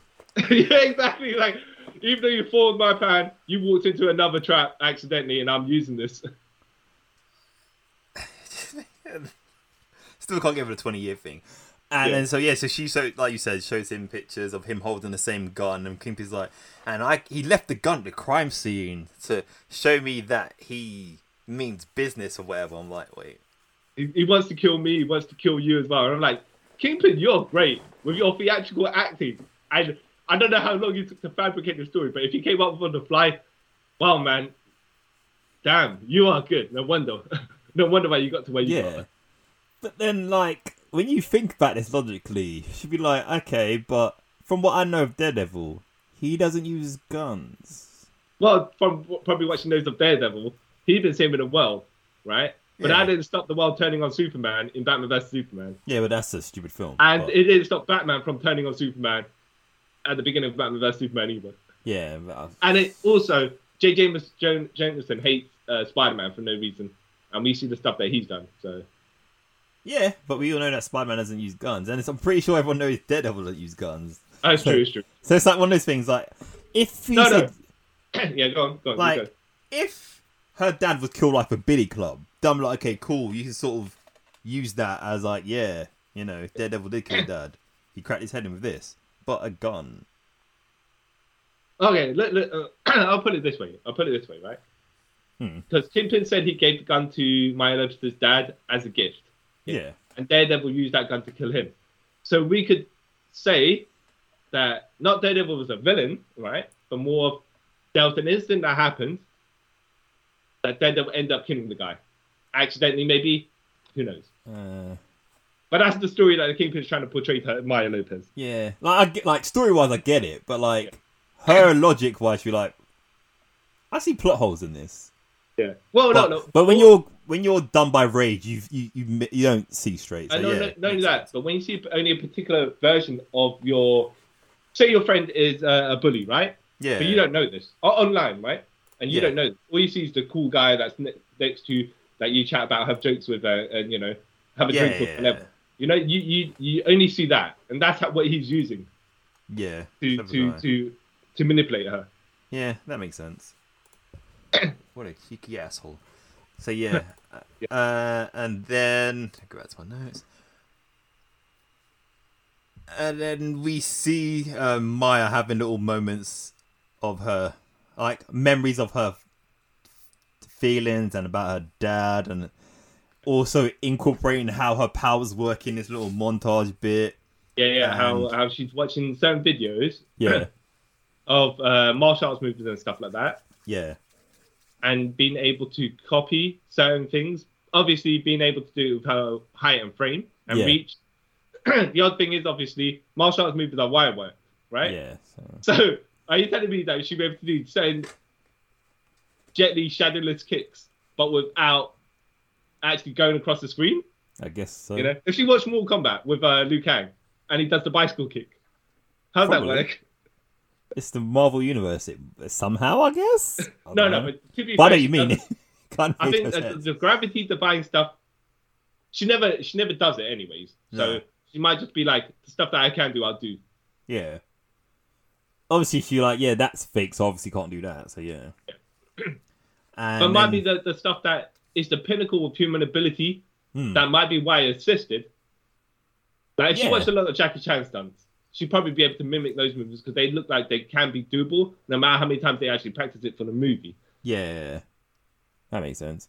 S4: yeah, exactly. Like, even though you foiled my plan, you walked into another trap accidentally, and I'm using this.
S3: *laughs* Still can't get over the twenty year thing. And
S4: Yeah.
S3: then so yeah, so she so like you said, shows him pictures of him holding the same gun and Kingpin's like and I he left the gun at the crime scene to show me that he means business or whatever. I'm like, wait.
S4: He, he wants to kill me. He wants to kill you as well. And I'm like, Kingpin, you're great with your theatrical acting. And I don't know how long you took to fabricate the story, but if you came up with it on the fly, wow, man, damn, you are good. No wonder, *laughs* no wonder why you got to where you
S5: Yeah. But then, like, when you think about this logically, you should be like, okay, but from what I know of Daredevil, he doesn't use guns.
S4: Well, from w- probably watching those of Daredevil, he'd been saving the world, right? But
S3: Yeah.
S4: that didn't stop the world turning on Superman in Batman vs Superman.
S5: Yeah, but that's a stupid film.
S4: And
S5: but-
S4: it didn't stop Batman from turning on Superman at the beginning of Batman vs Superman either.
S5: yeah, but uh, I-
S4: And it also, J. James Jon- Jameson hates uh, Spider-Man for no reason, and we see the stuff that he's done. So
S5: yeah, but we all know that Spider-Man doesn't use guns, and it's, I'm pretty sure everyone knows Daredevil doesn't use guns.
S4: that's true, Oh, it's true. *coughs*
S5: So it's like one of those things, like, if he
S4: No, no.
S5: said,
S4: yeah, go on, go on. you
S5: like, if her dad was killed like a biddy club, then I'm like, okay, cool, you can sort of use that as like, yeah, you know, Daredevil did kill dad. He cracked his head in with this, but a gun.
S4: go. Okay, let, let, uh, *coughs* I'll put it this way. I'll put it this way, right?
S5: Hmm.
S4: Because Kingpin said he gave the gun to Maya Lobster's dad as a gift.
S5: Yeah.
S4: and Daredevil used that gun to kill him. So we could say that not Daredevil was a villain, right? But more of there was an incident that happened that Daredevil ended up killing the guy. Accidentally, maybe. Who knows?
S5: Uh,
S4: But that's the story that the Kingpin is trying to portray to Maya Lopez.
S5: yeah. Like, I get, like story wise, I get it, but like her logic wise, you're like, I see plot holes in this.
S4: Yeah. Well,
S3: But,
S4: no, no.
S3: but when you're when you're done by rage, you you you, mi- you don't see straight. So
S4: I know,
S3: yeah,
S4: Uh, no not only
S3: makes
S4: that,
S3: sense.
S4: but when you see only a particular version of your, say your friend is uh, a bully, right?
S3: Yeah.
S4: But you don't know this o- online, right? And you
S3: Yeah.
S4: don't know. All you see is the cool guy that's ne- next to you that you chat about, have jokes with, uh, and you know, have a
S3: Yeah,
S4: drink with,
S3: yeah,
S4: whatever.
S3: yeah.
S4: You know, you, you you only see that, and that's how, what he's using
S3: Yeah.
S4: to
S3: clever
S4: to
S3: guy.
S4: to to manipulate her.
S3: Yeah, that makes
S4: *coughs*
S3: sense. what a cheeky asshole. So yeah,
S4: *laughs*
S3: uh, uh, and then go back to my notes. And then we see uh, Maya having little moments of her, like memories of her feelings and about her dad, and also incorporating how her powers work in this little montage bit.
S4: Yeah, yeah. How
S3: And-
S4: how she's watching certain videos *coughs*
S3: Yeah,
S4: *clears throat* of uh, martial arts movies and stuff like that.
S3: yeah,
S4: and being able to copy certain things. Obviously, being able to do with her height and frame and
S3: Yeah.
S4: reach. *clears throat* the odd thing is, obviously, martial arts movies are wire work, right?
S3: yeah. So,
S4: So, are you telling me that she'd be able to do certain gently shadowless kicks, but without actually going across the screen?
S3: I guess so.
S4: You know, if she watched Mortal Kombat with uh, Liu Kang and he does the bicycle kick, how's
S3: Probably.
S4: that work?
S3: It's the Marvel universe. It, somehow, I guess. I
S4: No,
S3: don't
S4: no.
S3: know.
S4: But to be
S3: Why
S4: fair, *laughs*
S3: don't you
S4: she
S3: mean? *laughs*
S4: does-
S3: it? kind of
S4: I think
S3: makes
S4: that
S3: sense.
S4: the gravity defying stuff. She never she never does it anyways.
S3: No.
S4: So she might just be like the stuff that I can do, I'll do.
S3: yeah. Obviously, if you're like, yeah, that's fake, so obviously can't do that. So yeah. And
S4: But it might
S3: then-
S4: be the, the stuff that is the pinnacle of human ability. That might be why it's assisted. Like if
S3: Hmm. Yeah.
S4: she watched a lot of Jackie Chan stunts, she'd probably be able to mimic those moves because they look like they can be doable, no matter how many times they actually practice it for the movie.
S3: yeah, that makes sense.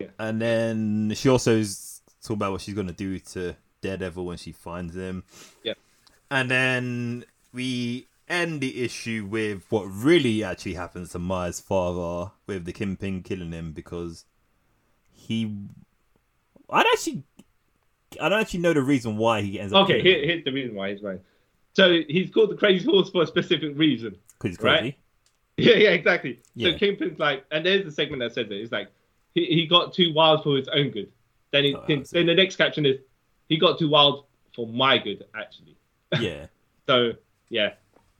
S4: Yeah.
S3: And then she also talks about what she's gonna do to Daredevil when she finds him.
S4: Yeah.
S3: And then we end the issue with what really actually happens to Maya's father with the Kingpin killing him because he. I'd actually. I don't actually know the reason why he ends up.
S4: Okay, here, here's the reason why he's running. So he's called the crazy horse for a specific reason.
S3: Because he's crazy.
S4: right? *laughs* Yeah, yeah, exactly.
S3: Yeah.
S4: So Kingpin's like, and there's the segment that says it. It's like he, he got too wild for his own good. Then he,
S3: Oh, I
S4: then,
S3: see.
S4: the next caption is he got too wild for my good actually.
S3: Yeah,
S4: So yeah,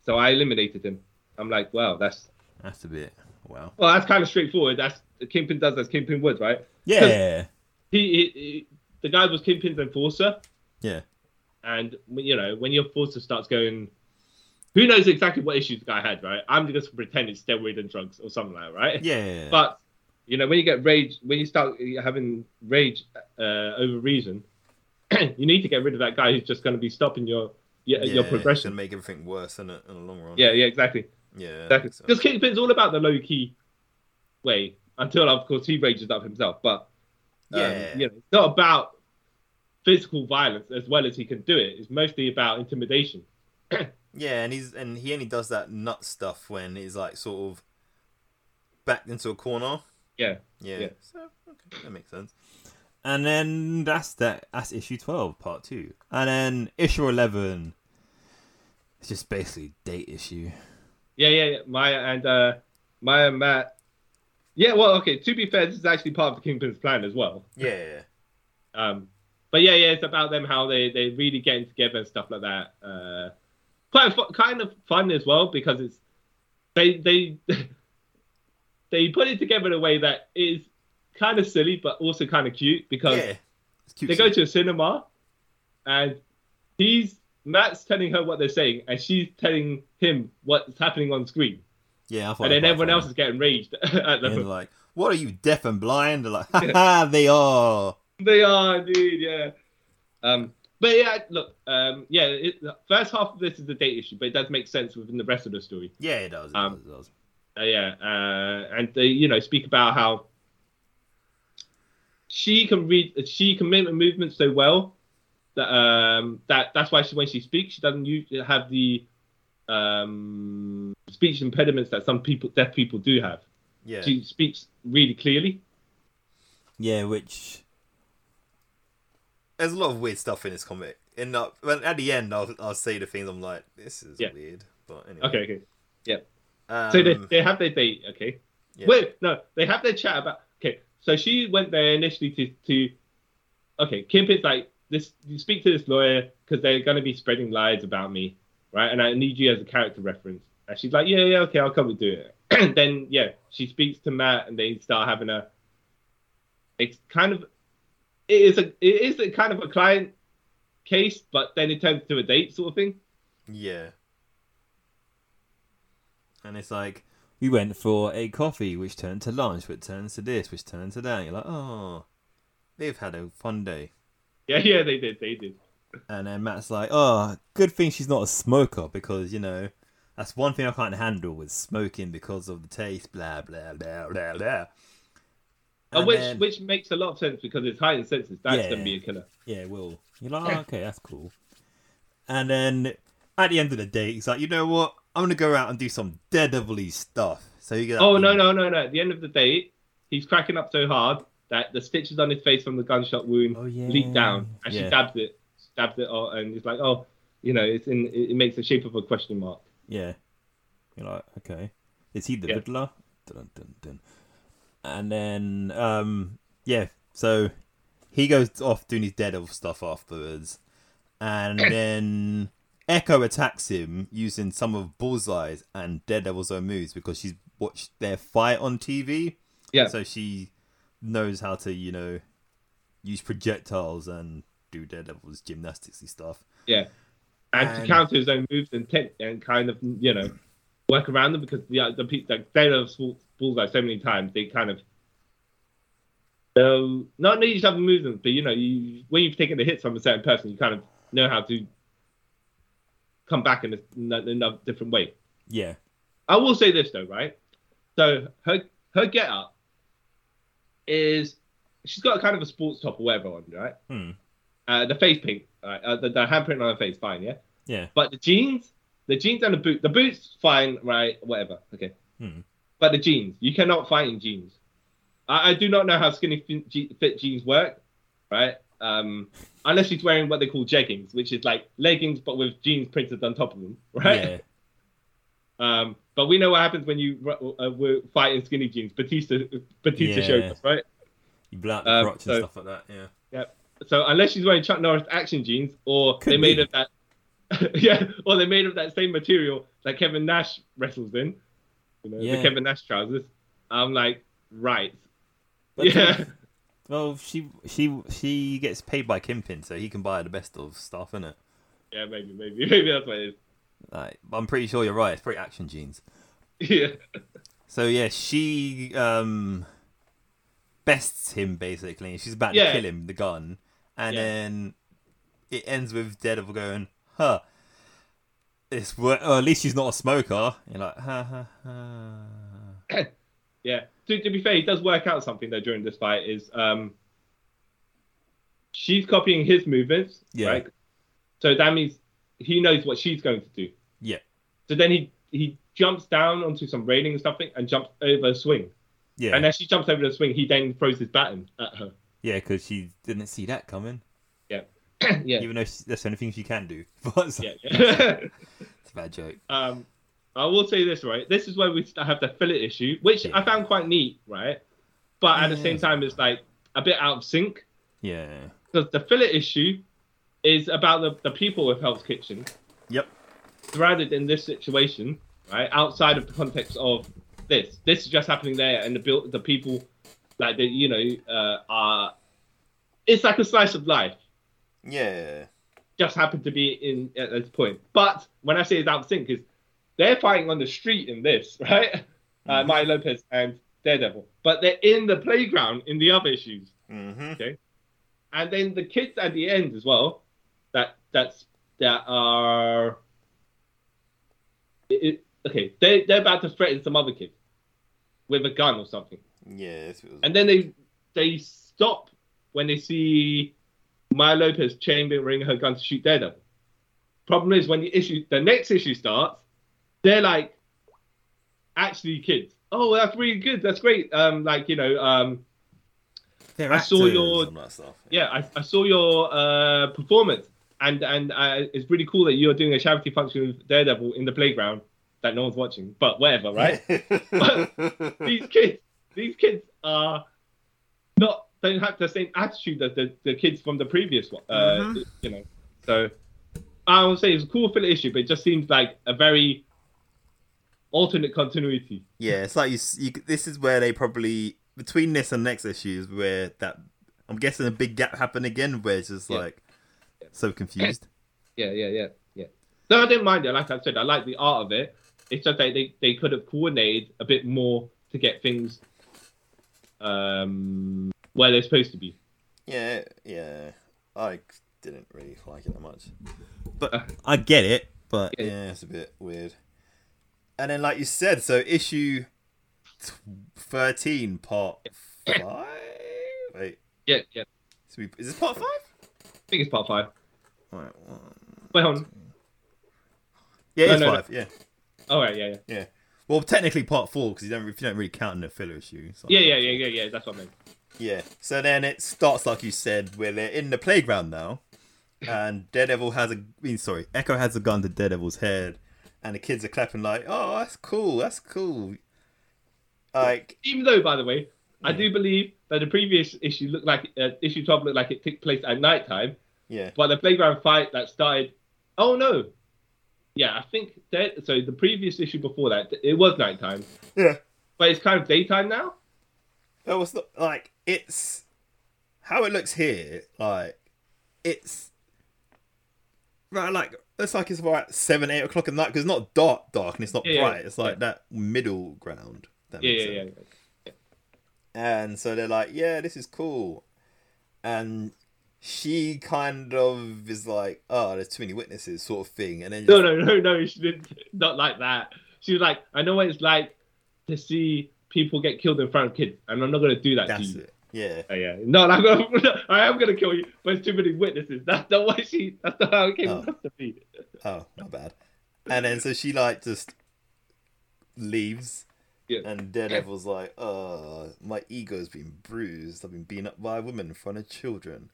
S4: so I eliminated him. I'm like, wow, that's
S3: that's a bit.
S4: *laughs*
S3: Wow.
S4: well, that's kind of straightforward. That's Kingpin does as Kingpin would, right?
S3: Yeah.
S4: He, he, he the guy was Kingpin's enforcer,
S3: Yeah.
S4: and you know when your enforcer starts going. Who knows exactly what issues the guy had, right? I'm just pretend it's steroid and drugs or something like that, right?
S3: Yeah.
S4: But you know, when you get rage, when you start having rage uh, over reason, *clears throat* you need to get rid of that guy who's just going to be stopping your your, your progression.
S3: make everything worse in, it, in the long run.
S4: Yeah, yeah, exactly.
S3: Yeah.
S4: exactly. Because Kingpin's all about the low key way until, of course, he rages up himself. But
S3: uh,
S4: um,
S3: Yeah.
S4: you know, it's not about physical violence as well as he can do it. It's mostly about intimidation.
S3: Yeah, and he's and he only does that nut stuff when he's like sort of backed into a corner.
S4: Yeah,
S3: Yeah.
S4: Yeah.
S3: So okay, that makes sense. And then that's that. That's issue twelve, part two. And then issue eleven. It's just basically date issue.
S4: yeah, yeah. yeah. Maya and uh, Maya and Matt. Yeah, well, okay. To be fair, this is actually part of the Kingpin's plan as well.
S3: Yeah.
S4: Um, but yeah, yeah, it's about them how they they really getting together and stuff like that. Uh, quite fu- kind of fun as well because it's they they *laughs* they put it together in a way that is kind of silly but also kind of cute because
S3: Yeah. It's cute.
S4: they go to a cinema and he's Matt's telling her what they're saying and she's telling him what's happening on screen
S3: yeah, I thought
S4: and
S3: that
S4: then
S3: was
S4: everyone
S3: funny.
S4: else is getting raged *laughs* at
S3: And they're
S4: them.
S3: like, "What are you deaf and blind?" They're like, *laughs* "Ha ha, they are."
S4: They are, dude. Yeah. Um, but yeah, look. Um, yeah, it, the first half of this is the date issue, but it does make sense within the rest of the story.
S3: Yeah, it does. It
S4: Um,
S3: does, it does.
S4: Uh, yeah, uh, and they, you know, speak about how she can read, she can mimic movements so well that um, that that's why she, when she speaks, she doesn't usually have the um, speech impediments that some people, deaf people, do have.
S3: Yeah.
S4: She speaks really clearly.
S3: Yeah, which there's a lot of weird stuff in this comic. And uh, well, at the end, I'll I'll say the things I'm like, this is
S4: Yeah.
S3: weird. But anyway,
S4: Okay, okay.
S3: Um,
S4: So they, they have their date, okay? Wait, no, they have their chat about. Okay, so she went there initially to to. Okay, Kimpin's like this. You speak to this lawyer because they're going to be spreading lies about me, right? And I need you as a character reference. And she's like, yeah, yeah, okay, I'll come and do it. *clears throat* And then yeah, she speaks to Matt, and they start having a. It's kind of, it is a it is a kind of a client case, but then it turns to a date sort of thing.
S3: Yeah. And it's like we went for a coffee, which turned to lunch, which turns to this, which turns to that. You're like, oh, they've had a fun day.
S4: Yeah, *laughs* yeah, they did, they did.
S3: And then Matt's like, oh, good thing she's not a smoker because you know that's one thing I can't handle with smoking because of the taste. Blah blah blah blah blah.
S4: Uh,
S3: And
S4: which
S3: then-
S4: which makes a lot of sense because it's heightened senses. That's
S3: Yeah.
S4: gonna be a killer.
S3: Yeah, it will. You're like, oh, okay, that's cool. And then at the end of the day, he's like, you know what? I'm gonna go out and do some daredevil stuff. So you get.
S4: Oh no no no no! At the end of the day, he's cracking up so hard that the stitches on his face from the gunshot wound
S3: Oh, yeah.
S4: leak down, and she
S3: Yeah.
S4: dabs it, stabs it, all, and it's like, oh, you know, it's in. It, it makes the shape of a question mark.
S3: Yeah. You're like, okay. Is he the
S4: Yeah.
S3: Riddler? Dun, dun, dun. And then, um, yeah. So he goes off doing his Daredevil stuff afterwards.
S4: *coughs*
S3: And then Echo attacks him using some of Bullseye's and Daredevil's own moves because she's watched their fight on TV.
S4: Yeah.
S3: So she knows how to, you know, use projectiles and do Daredevil's gymnasticsy stuff.
S4: Yeah, and, to
S3: And-
S4: counter his own moves and tech and kind of you know work around them because the the people like they have bullseye so many times they kind of so not need each other moves them, but you know you when you've taken the hits from a certain person, you kind of know how to come back in a, in a- in a different way.
S3: Yeah.
S4: I will say this though, right? So her her get up is she's got kind of a sports top or whatever on, right?
S3: Hmm.
S4: Uh, the face paint, right? uh, the, the handprint on her face, fine, yeah.
S3: Yeah.
S4: But the jeans, the jeans and the boot, the boots, fine, right? Whatever, okay.
S3: Hmm.
S4: But the jeans, you cannot fight in jeans. I, I do not know how skinny fit, je- fit jeans work, right? Um, unless she's wearing what they call jeggings, which is like leggings but with jeans printed on top of them, right?
S3: Yeah.
S4: Um, but we know what happens when you uh, were fighting skinny jeans. Batista, Batista
S3: Yeah.
S4: showed us, right?
S3: You blow out the
S4: Um,
S3: crotch
S4: so-
S3: and stuff like that. Yeah.
S4: So unless she's wearing Chuck Norris action jeans, or
S3: Could
S4: they made
S3: be.
S4: of that, *laughs* yeah, or they made of that same material that Kevin Nash wrestles in, you know, the
S3: Yeah.
S4: Kevin Nash trousers. I'm like, right,
S3: But to-
S4: yeah,
S3: Well, she she she gets paid by Kimpin, so he can buy her the best of stuff, innit?
S4: *laughs* yeah, maybe, maybe, *laughs* maybe that's what it
S3: Like, I'm pretty sure you're right. It's pretty action genes.
S4: is. *laughs* Yeah,
S3: So yeah, she um bests him basically, and she's about to
S4: Yeah.
S3: kill him the gun, and
S4: Yeah.
S3: then it ends with Daredevil going, "Huh." It's wor- or at least she's not a smoker. You're like, ha ha ha.
S4: yeah. To, to be fair, he does work out something though during this fight. Is um, she's copying his movements,
S3: Yeah.
S4: right? So that means he knows what she's going to do.
S3: Yeah,
S4: So then he he jumps down onto some railing or something and jumps over a swing.
S3: yeah,
S4: And as she jumps over the swing, he then throws his baton at her.
S3: yeah, because she didn't see that coming.
S4: Yeah. yeah.
S3: Even though she, that's the only thing she can do. *laughs* But it's,
S4: Yeah. yeah.
S3: *laughs* it's a bad joke.
S4: um, I will say this, right? This is where we st- have the fillet issue, which
S3: Yeah.
S4: I found quite neat, right? But at the
S3: Yeah.
S4: same time, it's like a bit out of sync
S3: Yeah.
S4: because the fillet issue is about the, the people with Hell's Kitchen
S3: Yep.
S4: surrounded in this situation, right? Outside of the context of this, this is just happening there, and the build, the people, like the you know, uh, are. It's like a slice of life.
S3: Yeah.
S4: Just happened to be in at this point. But when I say it's out of sync, is they're fighting on the street in this, *laughs* right?
S3: Mm-hmm.
S4: Uh, Maya Lopez and Daredevil, but they're in the playground in the other issues.
S3: Mm-hmm.
S4: and then the kids at the end as well that that's that are it, it- okay they, they're about to threaten some other kid with a gun or something
S3: Yeah.
S4: and then they they stop when they see Maya Lopez chambering her gun to shoot Daredevil. Problem is when the issue the next issue starts, they're like actually kids. Oh, that's really good. That's great. Um, like you know, um, I saw your-
S3: that stuff.
S4: yeah, I, I saw your uh, performance, and and uh, it's really cool that you're doing a charity function with Daredevil in the playground that no one's watching, but whatever, right? But these kids, these kids are not don't have the same attitude that the, the kids from the previous one. Uh, You know, so I would say it's a cool filler issue, but it just seems like a very alternate continuity.
S3: Yeah, it's like you, s- you. c- This is where they probably between this and next issue is where that I'm guessing a big gap happened again, where it's just
S4: Yeah.
S3: like so confused.
S4: Yeah, yeah, yeah, yeah. No, I didn't mind it. Like I said, I like the art of it. It's just that they, they could have coordinated a bit more to get things um, where they're supposed to be.
S3: Yeah, yeah. I didn't really like it that much,
S4: Uh.
S3: but I get it. But
S4: Yeah.
S3: yeah, it's a bit weird. And then, like you said, so issue t- thirteen, part five. Wait,
S4: Yeah, yeah.
S3: so we, is this part five?
S4: I think it's part five.
S3: All right, one.
S4: Wait, hold on.
S3: Yeah,
S4: No,
S3: it's
S4: no, no.
S3: five. Yeah,
S4: All right, yeah, yeah.
S3: yeah. Well, technically part four because you don't if you don't really count in the filler issue. So
S4: Yeah, yeah, yeah, yeah, yeah. That's what I meant.
S3: Yeah. So then it starts like you said, where they're in the playground
S4: *laughs*
S3: now, and Daredevil has a I mean, sorry, Echo has a gun to Daredevil's head, and the kids are clapping like, "Oh, that's cool, that's cool." Like,
S4: Even though, by the way, I do believe that the previous issue looked like uh, issue twelve looked like it took place at nighttime,
S3: yeah,
S4: but the playground fight that started. Oh no. Yeah, I think that. So the previous issue before that, it was nighttime,
S3: yeah.
S4: but it's kind of daytime now.
S3: That was not like it's how it looks here. Like, it's right. Like it's like it's about seven, eight o'clock at night because it's not dark, dark, and it's not
S4: Yeah, yeah,
S3: bright. It's like
S4: yeah.
S3: that middle ground. That
S4: Yeah,
S3: makes
S4: yeah, yeah.
S3: sense. And so they're like, yeah, this is cool. And she kind of is like, oh, there's too many witnesses, sort of thing. And then
S4: No, no, no, no. She didn't. Not like that. She was like, I know what it's like to see people get killed in front of kids, and I'm not gonna do that to
S3: that's
S4: you.
S3: it. Yeah.
S4: Oh, yeah. *laughs* No, I'm gonna, I am gonna kill you, but it's too many witnesses. That's not what she. That's not how it came
S3: Oh.
S4: across to me.
S3: Oh, not bad. And then so she like just leaves.
S4: Yeah.
S3: And Daredevil's like, oh, my ego's been bruised. I've been beaten up by women in front of children.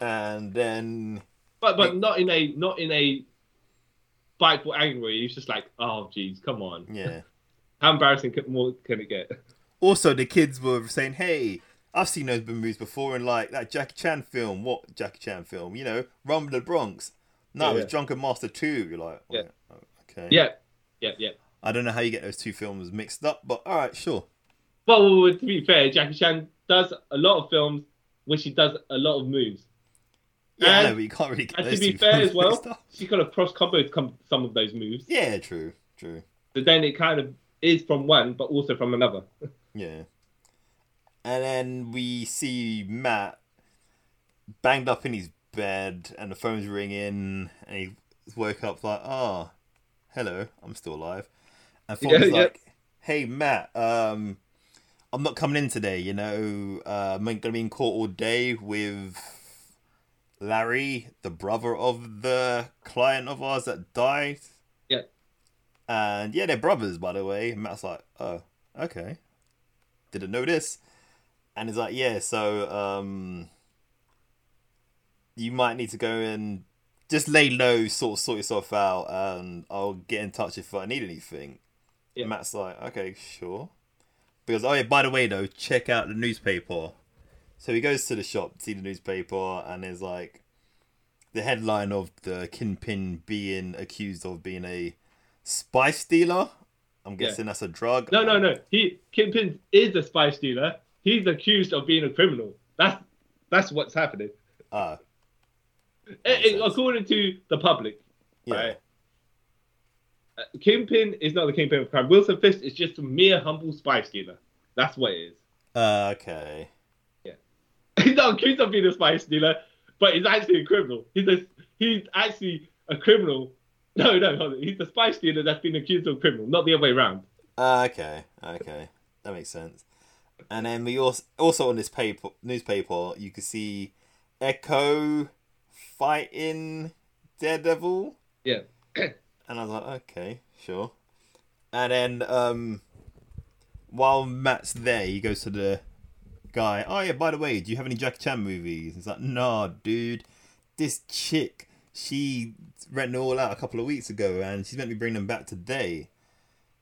S3: And then,
S4: But but not in a not in a spiteful anger. where He's just like, oh, jeez, come on.
S3: yeah.
S4: How embarrassing can, more can it get?
S3: Also, the kids were saying, "Hey, I've seen those movies before, and like that Jackie Chan film. What Jackie Chan film? You know, Rumble in the Bronx. No,
S4: Yeah,
S3: it was
S4: yeah.
S3: Drunken Master Two. You're like,
S4: Yeah.
S3: "Oh, okay,
S4: Yeah, yeah, yeah.
S3: I don't know how you get those two films mixed up, but all right, sure.
S4: Well, to be fair, Jackie Chan does a lot of films where she does a lot of moves.
S3: Yeah,
S4: And-
S3: I know, but you can't really get
S4: And
S3: those
S4: to be
S3: two
S4: fair
S3: films
S4: as well,
S3: mixed up.
S4: she could have cross comboed com- some of those moves.
S3: Yeah, true, true.
S4: So then it kind of is from one, but also from another.
S3: Yeah. And then we see Matt banged up in his bed, and the phone's ringing, and he woke up like, "Ah, hello, I'm still alive." And Thornton's
S4: yeah.
S3: like, "Hey, Matt, um, I'm not coming in today. You know, uh, I'm gonna be in court all day with Larry, the brother of the client of ours that died.
S4: Yeah.
S3: And yeah, they're brothers, by the way. And Matt's like, oh, okay. Didn't know this. And he's like, yeah, so um, you might need to go and just lay low, sort of sort yourself out, and I'll get in touch if I need anything.
S4: Yeah.
S3: Matt's like, okay, sure. Because, oh, yeah, by the way, though, check out the newspaper. So he goes to the shop, to see the newspaper, and there's like the headline of the Kinpin being accused of being a spice dealer. I'm
S4: Yeah.
S3: guessing that's a drug.
S4: No, no, no. He Kingpin is a spice dealer. He's accused of being a criminal. That's that's what's happening.
S3: Ah,
S4: Eh, eh, according to the public,
S3: yeah.
S4: right? Uh, Kingpin is not the kingpin of crime. Wilson Fisk is just a mere humble spice dealer. That's what it is.
S3: Uh, okay.
S4: *laughs* He's not accused of being a spice dealer, but he's actually a criminal. He's a, he's actually a criminal. *laughs* No, no, hold on. he's a spice dealer that's been accused of a criminal, not the other way around.
S3: Ah, okay. Okay. That makes sense. And then we also also on this paper newspaper you can see Echo fighting Daredevil.
S4: *clears throat* Yeah.
S3: And I was like, okay, sure. And then um, while Matt's there, he goes to the guy. Oh yeah, by the way, do you have any Jackie Chan movies? He's like, nah, dude. This chick, she rented all out a couple of weeks ago, and she's meant to be bringing them back today.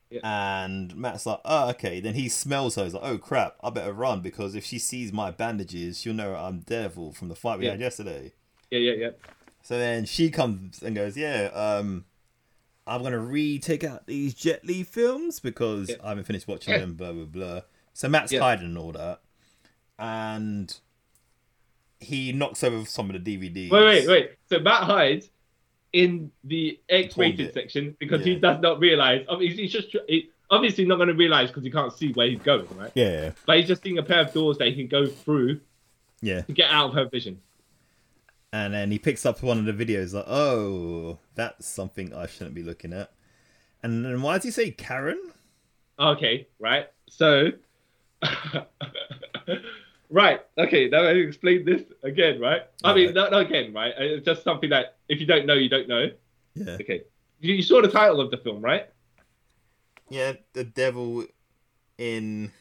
S4: Yeah.
S3: And Matt's like, oh, okay. Then he smells her. He's like, oh, crap. I better run because if she sees my bandages, she'll know I'm Daredevil from the fight we
S4: Yeah.
S3: had yesterday.
S4: Yeah, yeah, yeah.
S3: So then she comes and goes, yeah, um, I'm going to retake out these Jet Li films because
S4: Yeah.
S3: I haven't finished watching
S4: Yeah.
S3: them, blah, blah, blah. So Matt's
S4: Yeah.
S3: hiding and all that. And he knocks over some of the DVDs.
S4: Wait, wait, wait. So Matt hides in the X-rated
S3: Closet.
S4: section because he
S3: Yeah.
S4: does not realize. Obviously, he's just he, obviously not going to realize because he can't see where he's going, right?
S3: Yeah,
S4: But he's just seeing a pair of doors that he can go through
S3: yeah.
S4: to get out of her vision.
S3: And then he picks up one of the videos, like, oh, that's something I shouldn't be looking at. And then why does he say Karen?
S4: Okay, right. So, *laughs* right. Okay, now I explain this again, right? I mean,
S3: Alright.
S4: not, not again, right? Uh, It's just something that if you don't know, you don't know.
S3: Yeah.
S4: Okay. You, you saw the title of the film, right?
S3: Yeah, the devil in.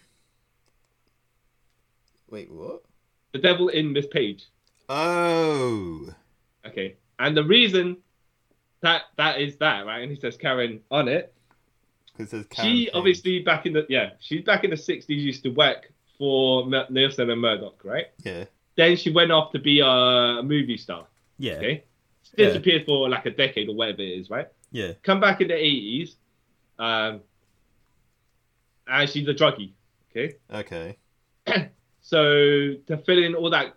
S3: Wait, what?
S4: The Devil in Miss Page.
S3: Oh.
S4: Okay. And the reason that that is that, right? And he says Karen on it.
S3: Because there's
S4: she obviously back in the yeah, she's back in the sixties used to work for M- Nielsen and Murdoch, right?
S3: Yeah.
S4: Then she went off to be a movie star.
S3: Yeah.
S4: Okay. She
S3: Yeah.
S4: disappeared for like a decade or whatever it is, right?
S3: Yeah.
S4: Come back in the eighties, um, and she's a druggie. Okay.
S3: Okay.
S4: So to fill in all that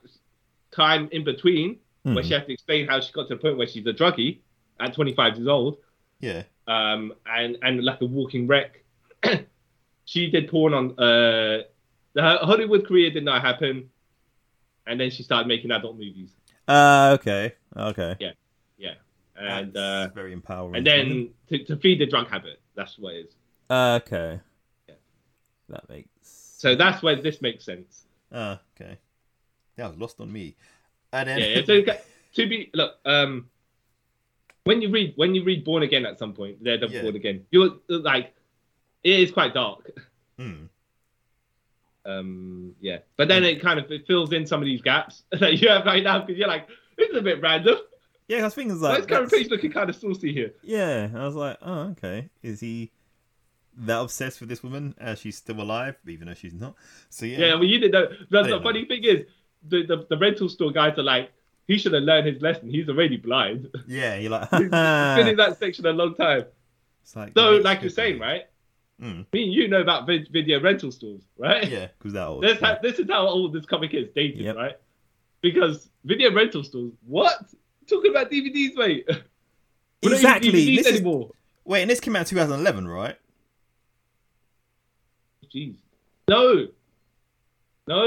S4: time in between, where
S3: Mhm.
S4: she had to explain how she got to the point where she's a druggie at 25 years old,
S3: Yeah.
S4: um, and and like a walking wreck. *clears throat* she did porn on uh, her Hollywood career did not happen, and then she started making adult movies.
S3: Uh, okay. Okay.
S4: Yeah, and uh,
S3: That's very empowering.
S4: and then to, to feed the drug habit. That's what it is.
S3: Uh, okay.
S4: Yeah.
S3: That makes.
S4: So that's where this makes sense.
S3: Ah, okay. That was lost on me. And
S4: Yeah.
S3: then. *laughs*
S4: yeah. So ca- to be look um. When you read when you read Born Again at some point, they're
S3: Yeah.
S4: Born Again. You're like, it is quite dark.
S3: Hmm.
S4: um yeah but then it kind of it fills in some of these gaps *laughs* that you have right now because you're like this is a bit random
S3: Yeah, because things
S4: why
S3: like
S4: is Karen
S3: that's-
S4: Page looking kind of saucy here
S3: yeah, I was like, oh, okay. Is he that obsessed with this woman? Uh, she's still alive, even though she's not. So yeah,
S4: yeah, well you didn't know the,
S3: didn't
S4: the
S3: know.
S4: funny thing is the, the the rental store guys are like he should have learned his lesson he's already blind *laughs*
S3: yeah. You're like, *laughs*
S4: he's been
S3: Ah.
S4: in that section a long time
S3: it's like,
S4: so
S3: that's
S4: like you're
S3: good,
S4: saying
S3: man.
S4: right
S3: Mm.
S4: me and you know about vid- video rental stores
S3: *laughs*
S4: right *laughs*
S3: Yeah, because that old.
S4: this, how, this is how old this comic is dated
S3: Yep.
S4: right because video rental stores what talking about DVDs mate *laughs* We don't use
S3: Exactly,
S4: DVDs
S3: this is-
S4: anymore
S3: Wait, and this came out 2011, right?
S4: Jeez. No. No.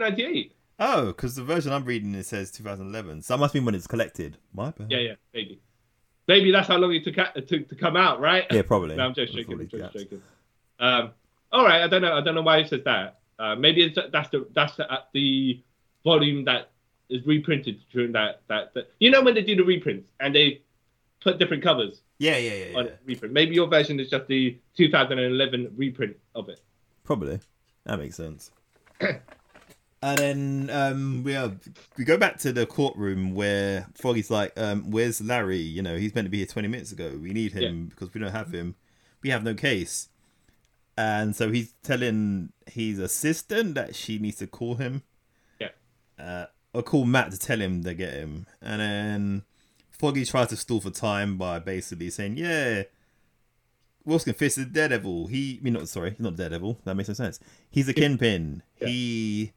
S4: 1998.
S3: Oh, because the version I'm reading it says 2011, so that must mean when it's collected. My bad.
S4: Yeah, yeah, maybe. Maybe that's how long it took it took to come out, right?
S3: Yeah, probably.
S4: No, I'm just
S3: With all
S4: joking. I'm
S3: these
S4: just
S3: gaps.
S4: joking. Um, all right, I don't know. I don't know why it says that. Uh, maybe it's, that's the that's the, uh, the volume that is reprinted during that, that that. You know when they do the reprints and they put different covers
S3: Yeah, yeah, yeah, yeah.
S4: on reprint. Maybe your version is just the 2011 reprint of it.
S3: Probably. That makes sense. *clears throat* and then um, we are, we go back to the courtroom where Froggy's like, um, "Where's Larry? You know, he's meant to be here twenty minutes ago. We need him because we don't have him. We have no case." And so he's telling his assistant that she needs to call him.
S4: Yeah.
S3: Uh, or call Matt to tell him they get him. And then Foggy tries to stall for time by basically saying, "Yeah, Wilson Fisk is Daredevil. He, I mean, not sorry, he's not Daredevil. That makes no sense. He's a kingpin.
S4: Yeah.
S3: He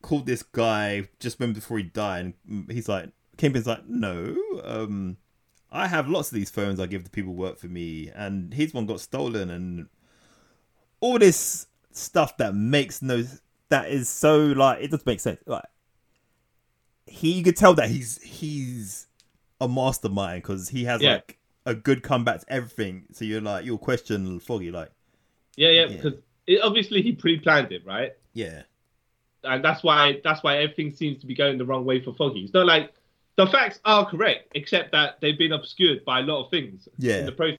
S3: called this guy just when before he died, and he's like, Kingpin's like, no, um, I have lots of these phones I give to people who work for me, and his one got stolen, and all this stuff that makes no, that is so like it doesn't make sense. Like he, you could tell that he's he's a mastermind because he has
S4: Yeah.
S3: like a good comeback to everything. So you're like you'll question Foggy, like
S4: Yeah, yeah,
S3: Yeah.
S4: because it, obviously he pre-planned it, right?
S3: yeah,
S4: and that's why that's why everything seems to be going the wrong way for Foggy. It's not like the facts are correct, except that they've been obscured by a lot of things
S3: Yeah.
S4: in the process.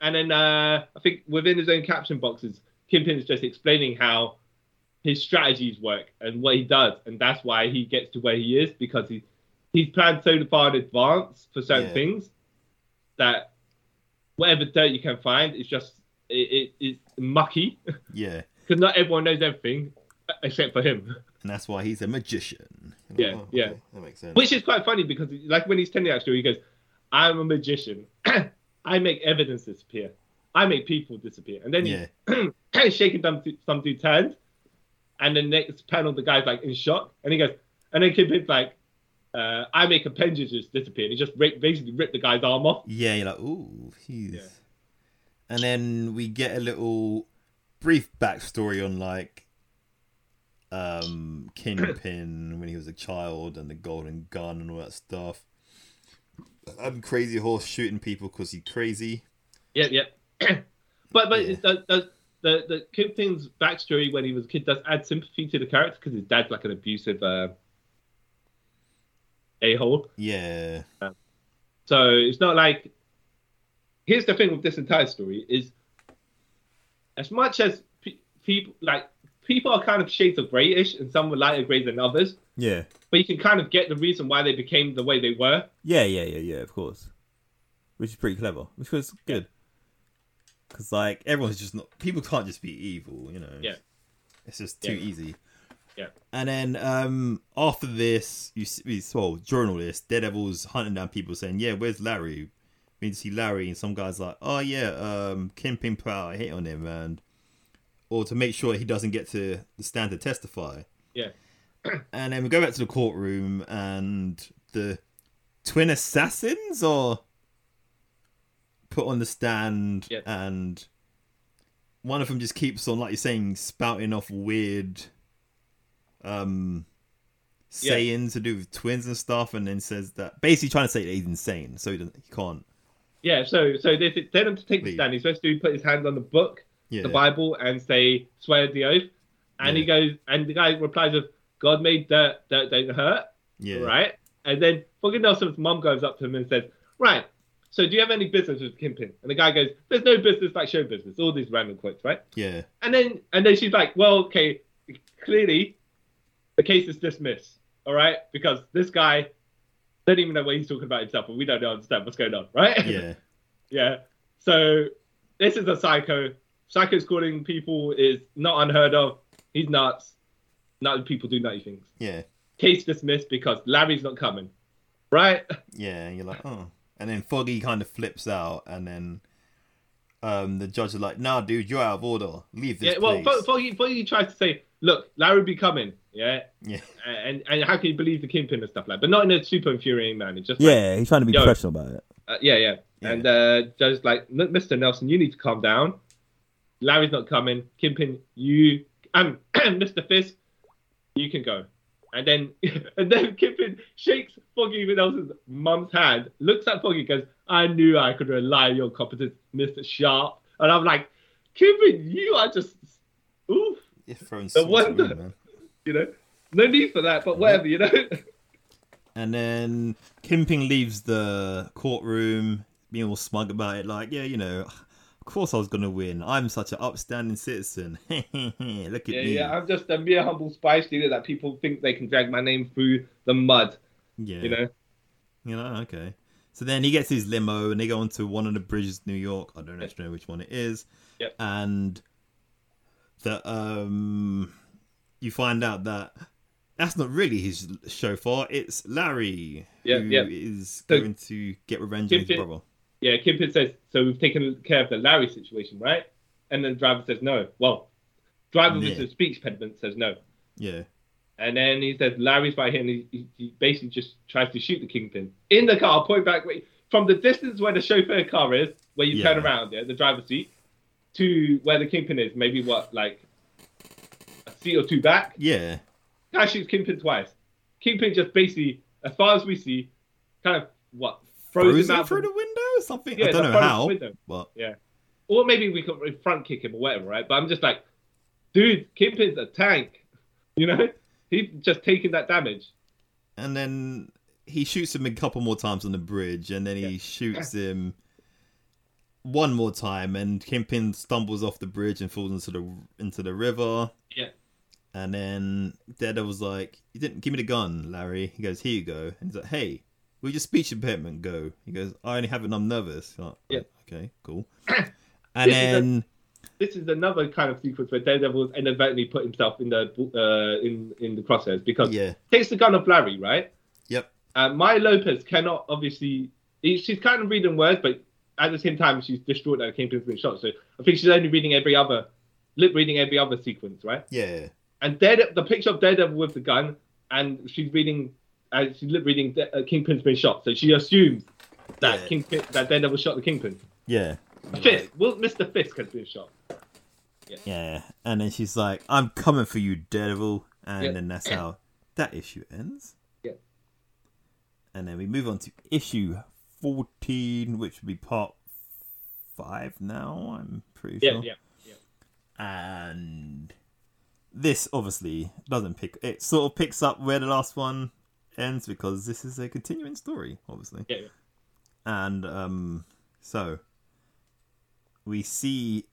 S4: And then uh, I think within his own caption boxes, Kingpin is just explaining how his strategies work and what he does, and that's why he gets to where he is because he he's planned so far in advance for certain
S3: Yeah.
S4: things that whatever dirt you can find is just it, it, it's mucky *laughs*
S3: Yeah.
S4: because not everyone knows everything uh, except for him.
S3: And that's why he's a magician.
S4: Yeah,
S3: Oh,
S4: yeah.
S3: okay, That makes sense.
S4: *laughs* Which is quite funny because, like, when he's telling that story, he goes, I'm a magician. *clears throat* I make evidence disappear. I make people disappear. And then
S3: Yeah.
S4: *clears throat* he's shaking some, some dude's hand. And the next panel, the guy's like in shock. And he goes, and then Kid Pig's like, uh, I make appendages disappear. And he just ra- basically ripped the guy's arm off.
S3: Yeah, you're like, ooh, he's.
S4: Yeah.
S3: And then we get a little brief backstory on like um Kingpin when he was a child and the golden gun and all that stuff. I'm crazy horse shooting people because he's crazy.
S4: Yeah, yeah. *clears throat* but but
S3: Yeah.
S4: The, the, the, the Kingpin's backstory when he was a kid does add sympathy to the character because his dad's like an abusive uh, a hole.
S3: Yeah,
S4: So it's not like. Here's the thing with this entire story is, as much as pe- people like people are kind of shades of grayish, and some were lighter gray than others,
S6: Yeah.
S4: but you can kind of get the reason why they became the way they were.
S6: Yeah, yeah, yeah, yeah, of course. Which is pretty clever, which was good.
S3: because like everyone's just not. People can't just be evil, you know.
S4: Yeah.
S3: it's just too
S4: Yeah.
S3: easy.
S4: Yeah.
S3: And then um after this, you see, well, during all this, Daredevil's hunting down people saying, "Yeah, where's Larry? We need to see Larry." And some guy's like, "Oh yeah, um, Kingpin put out a hit on him, and or to make sure he doesn't get to stand to testify."
S4: Yeah,
S3: And then we go back to the courtroom, and the twin assassins are put on the stand,
S4: Yeah.
S3: and one of them just keeps on, like you're saying, spouting off weird um
S4: Yeah.
S3: sayings to do with twins and stuff, and then says that basically trying to say that he's insane, so he, doesn't, he can't.
S4: yeah. So so they they tell him to take the
S3: Leave.
S4: stand. He's supposed to put his hand on the book,
S3: Yeah,
S4: the Bible, and say swear the oath. And he
S3: Yeah.
S4: goes, and the guy replies with, "God made dirt, dirt don't hurt."
S3: yeah,
S4: right? And then fucking Nelson's mum goes up to him and says, Right, so do you have any business with Kimpin? And the guy goes, There's no business like show business, all these random quotes, right?
S3: yeah,
S4: And then and then she's like, Well, okay, clearly the case is dismissed, all right? Because this guy don't even know what he's talking about himself, and we don't understand what's going on, right?
S3: yeah,
S4: *laughs* yeah. So this is a psycho. Psycho's calling people is not unheard of. He's nuts. Nutty people do nutty things
S3: yeah,
S4: case dismissed because Larry's not coming. Right?
S3: yeah. And you're like, oh. And then Foggy kind of flips out, and then um the judge is like, "Nah, dude, you're out of order. Leave this
S4: yeah. Well,
S3: place."
S4: Fo- Foggy, Foggy tries to say, look, Larry be coming. Yeah.
S3: yeah. *laughs*
S4: And and how can you believe the kingpin and stuff like? But not in a super infuriating man. It's just like,
S6: Yeah, he's trying to be
S4: Yo.
S6: professional about it.
S4: uh, yeah, yeah. And uh, just like, "Look, Mr. Nelson, you need to calm down. Larry's not coming. Kingpin, you *clears throat* um, Mr. Fisk, you can go. And then *laughs* and then Kingpin shakes Foggy with Nelson's mum's hand, looks at Foggy, goes, "I knew I could rely on your competence, Mr. Sharp." And I'm like, Kingpin, you are just oof,
S3: You're throwing
S4: The
S3: salt
S4: one-
S3: in, man.
S4: you know. No need for that, but whatever, you know. *laughs*
S3: And then Kimping leaves the courtroom, being all smug about it, like, yeah, you know, of course I was gonna win. I'm such an upstanding citizen. *laughs* Look at
S4: yeah,
S3: me.
S4: yeah. I'm just a mere humble spy leader that people think they can drag my name through the mud,
S3: yeah.
S4: you know.
S3: You know, okay. So then he gets his limo and they go onto one of the bridges in New York. I don't actually know which one it is.
S4: Yep.
S3: And the um you find out that that's not really his chauffeur, it's Larry
S4: Yeah,
S3: who
S4: yeah.
S3: is
S4: So-
S3: going to get revenge on his
S4: Kim Fit-
S3: brother.
S4: Yeah, Kimpin says, so we've taken care of the Larry situation, right? And then the driver says no. Well, driver with
S3: Yeah.
S4: a speech impediment says no.
S3: Yeah.
S4: And then he says Larry's right here, and he, he, he basically just tries to shoot the kingpin in the car, point back where, from the distance where the chauffeur car is, where you turn
S3: Yeah.
S4: around, yeah, the driver's seat, to where the kingpin is, maybe what like a seat or two back.
S3: Yeah.
S4: Guy shoots kingpin twice. Kingpin just basically, as far as we see, kind of what throws
S3: Frozen
S4: him out
S3: through
S4: the-
S3: the window or something?
S4: Yeah,
S3: I don't
S4: the
S3: know
S4: front
S3: how.
S4: window.
S3: But
S4: or maybe we could front kick him or whatever, right? But I'm just like, dude, Kingpin's a tank, you know? He's just taking that damage.
S3: and then he shoots him a couple more times on the bridge, and then he shoots him one more time, and Kingpin stumbles off the bridge and falls into the into the river.
S4: Yeah.
S3: And then Daredevil's like, "You didn't give me the gun, Larry." He goes, "Here you go." And he's like, "Hey, will your speech impediment go?" He goes, "I only have it. and I'm nervous." You're like,
S4: Yeah.
S3: Okay, cool. and
S4: This is a-
S3: then
S4: This is another kind of sequence where Daredevil has inadvertently put himself in the uh, in in the crosshairs because
S3: yeah,
S4: takes the gun of Larry, right?
S3: yep,
S4: Uh, Maya Lopez cannot obviously. he- She's kind of reading words, but at the same time, she's distraught that it came to infinite shot. So I think she's only reading every other, lip reading every other sequence, right?
S3: yeah,
S4: And Darede- the picture of Daredevil with the gun, and she's reading, uh, she's lip reading Da- uh, Kingpin's been shot. So she assumes that
S3: Yeah.
S4: Kingpin, that Daredevil shot the Kingpin.
S3: yeah.
S4: Fisk, well, Mr. Fisk has been shot.
S3: Yeah, and then she's like, "I'm coming for you, Daredevil," and
S4: Yeah.
S3: then that's how that issue ends.
S4: Yeah.
S3: And then we move on to issue fourteen, which would be part five now. I'm pretty
S4: Yeah,
S3: sure.
S4: yeah.
S3: And this obviously doesn't pick. It sort of picks up where the last one ends because this is a continuing story, obviously.
S4: Yeah, yeah.
S3: And um, so we see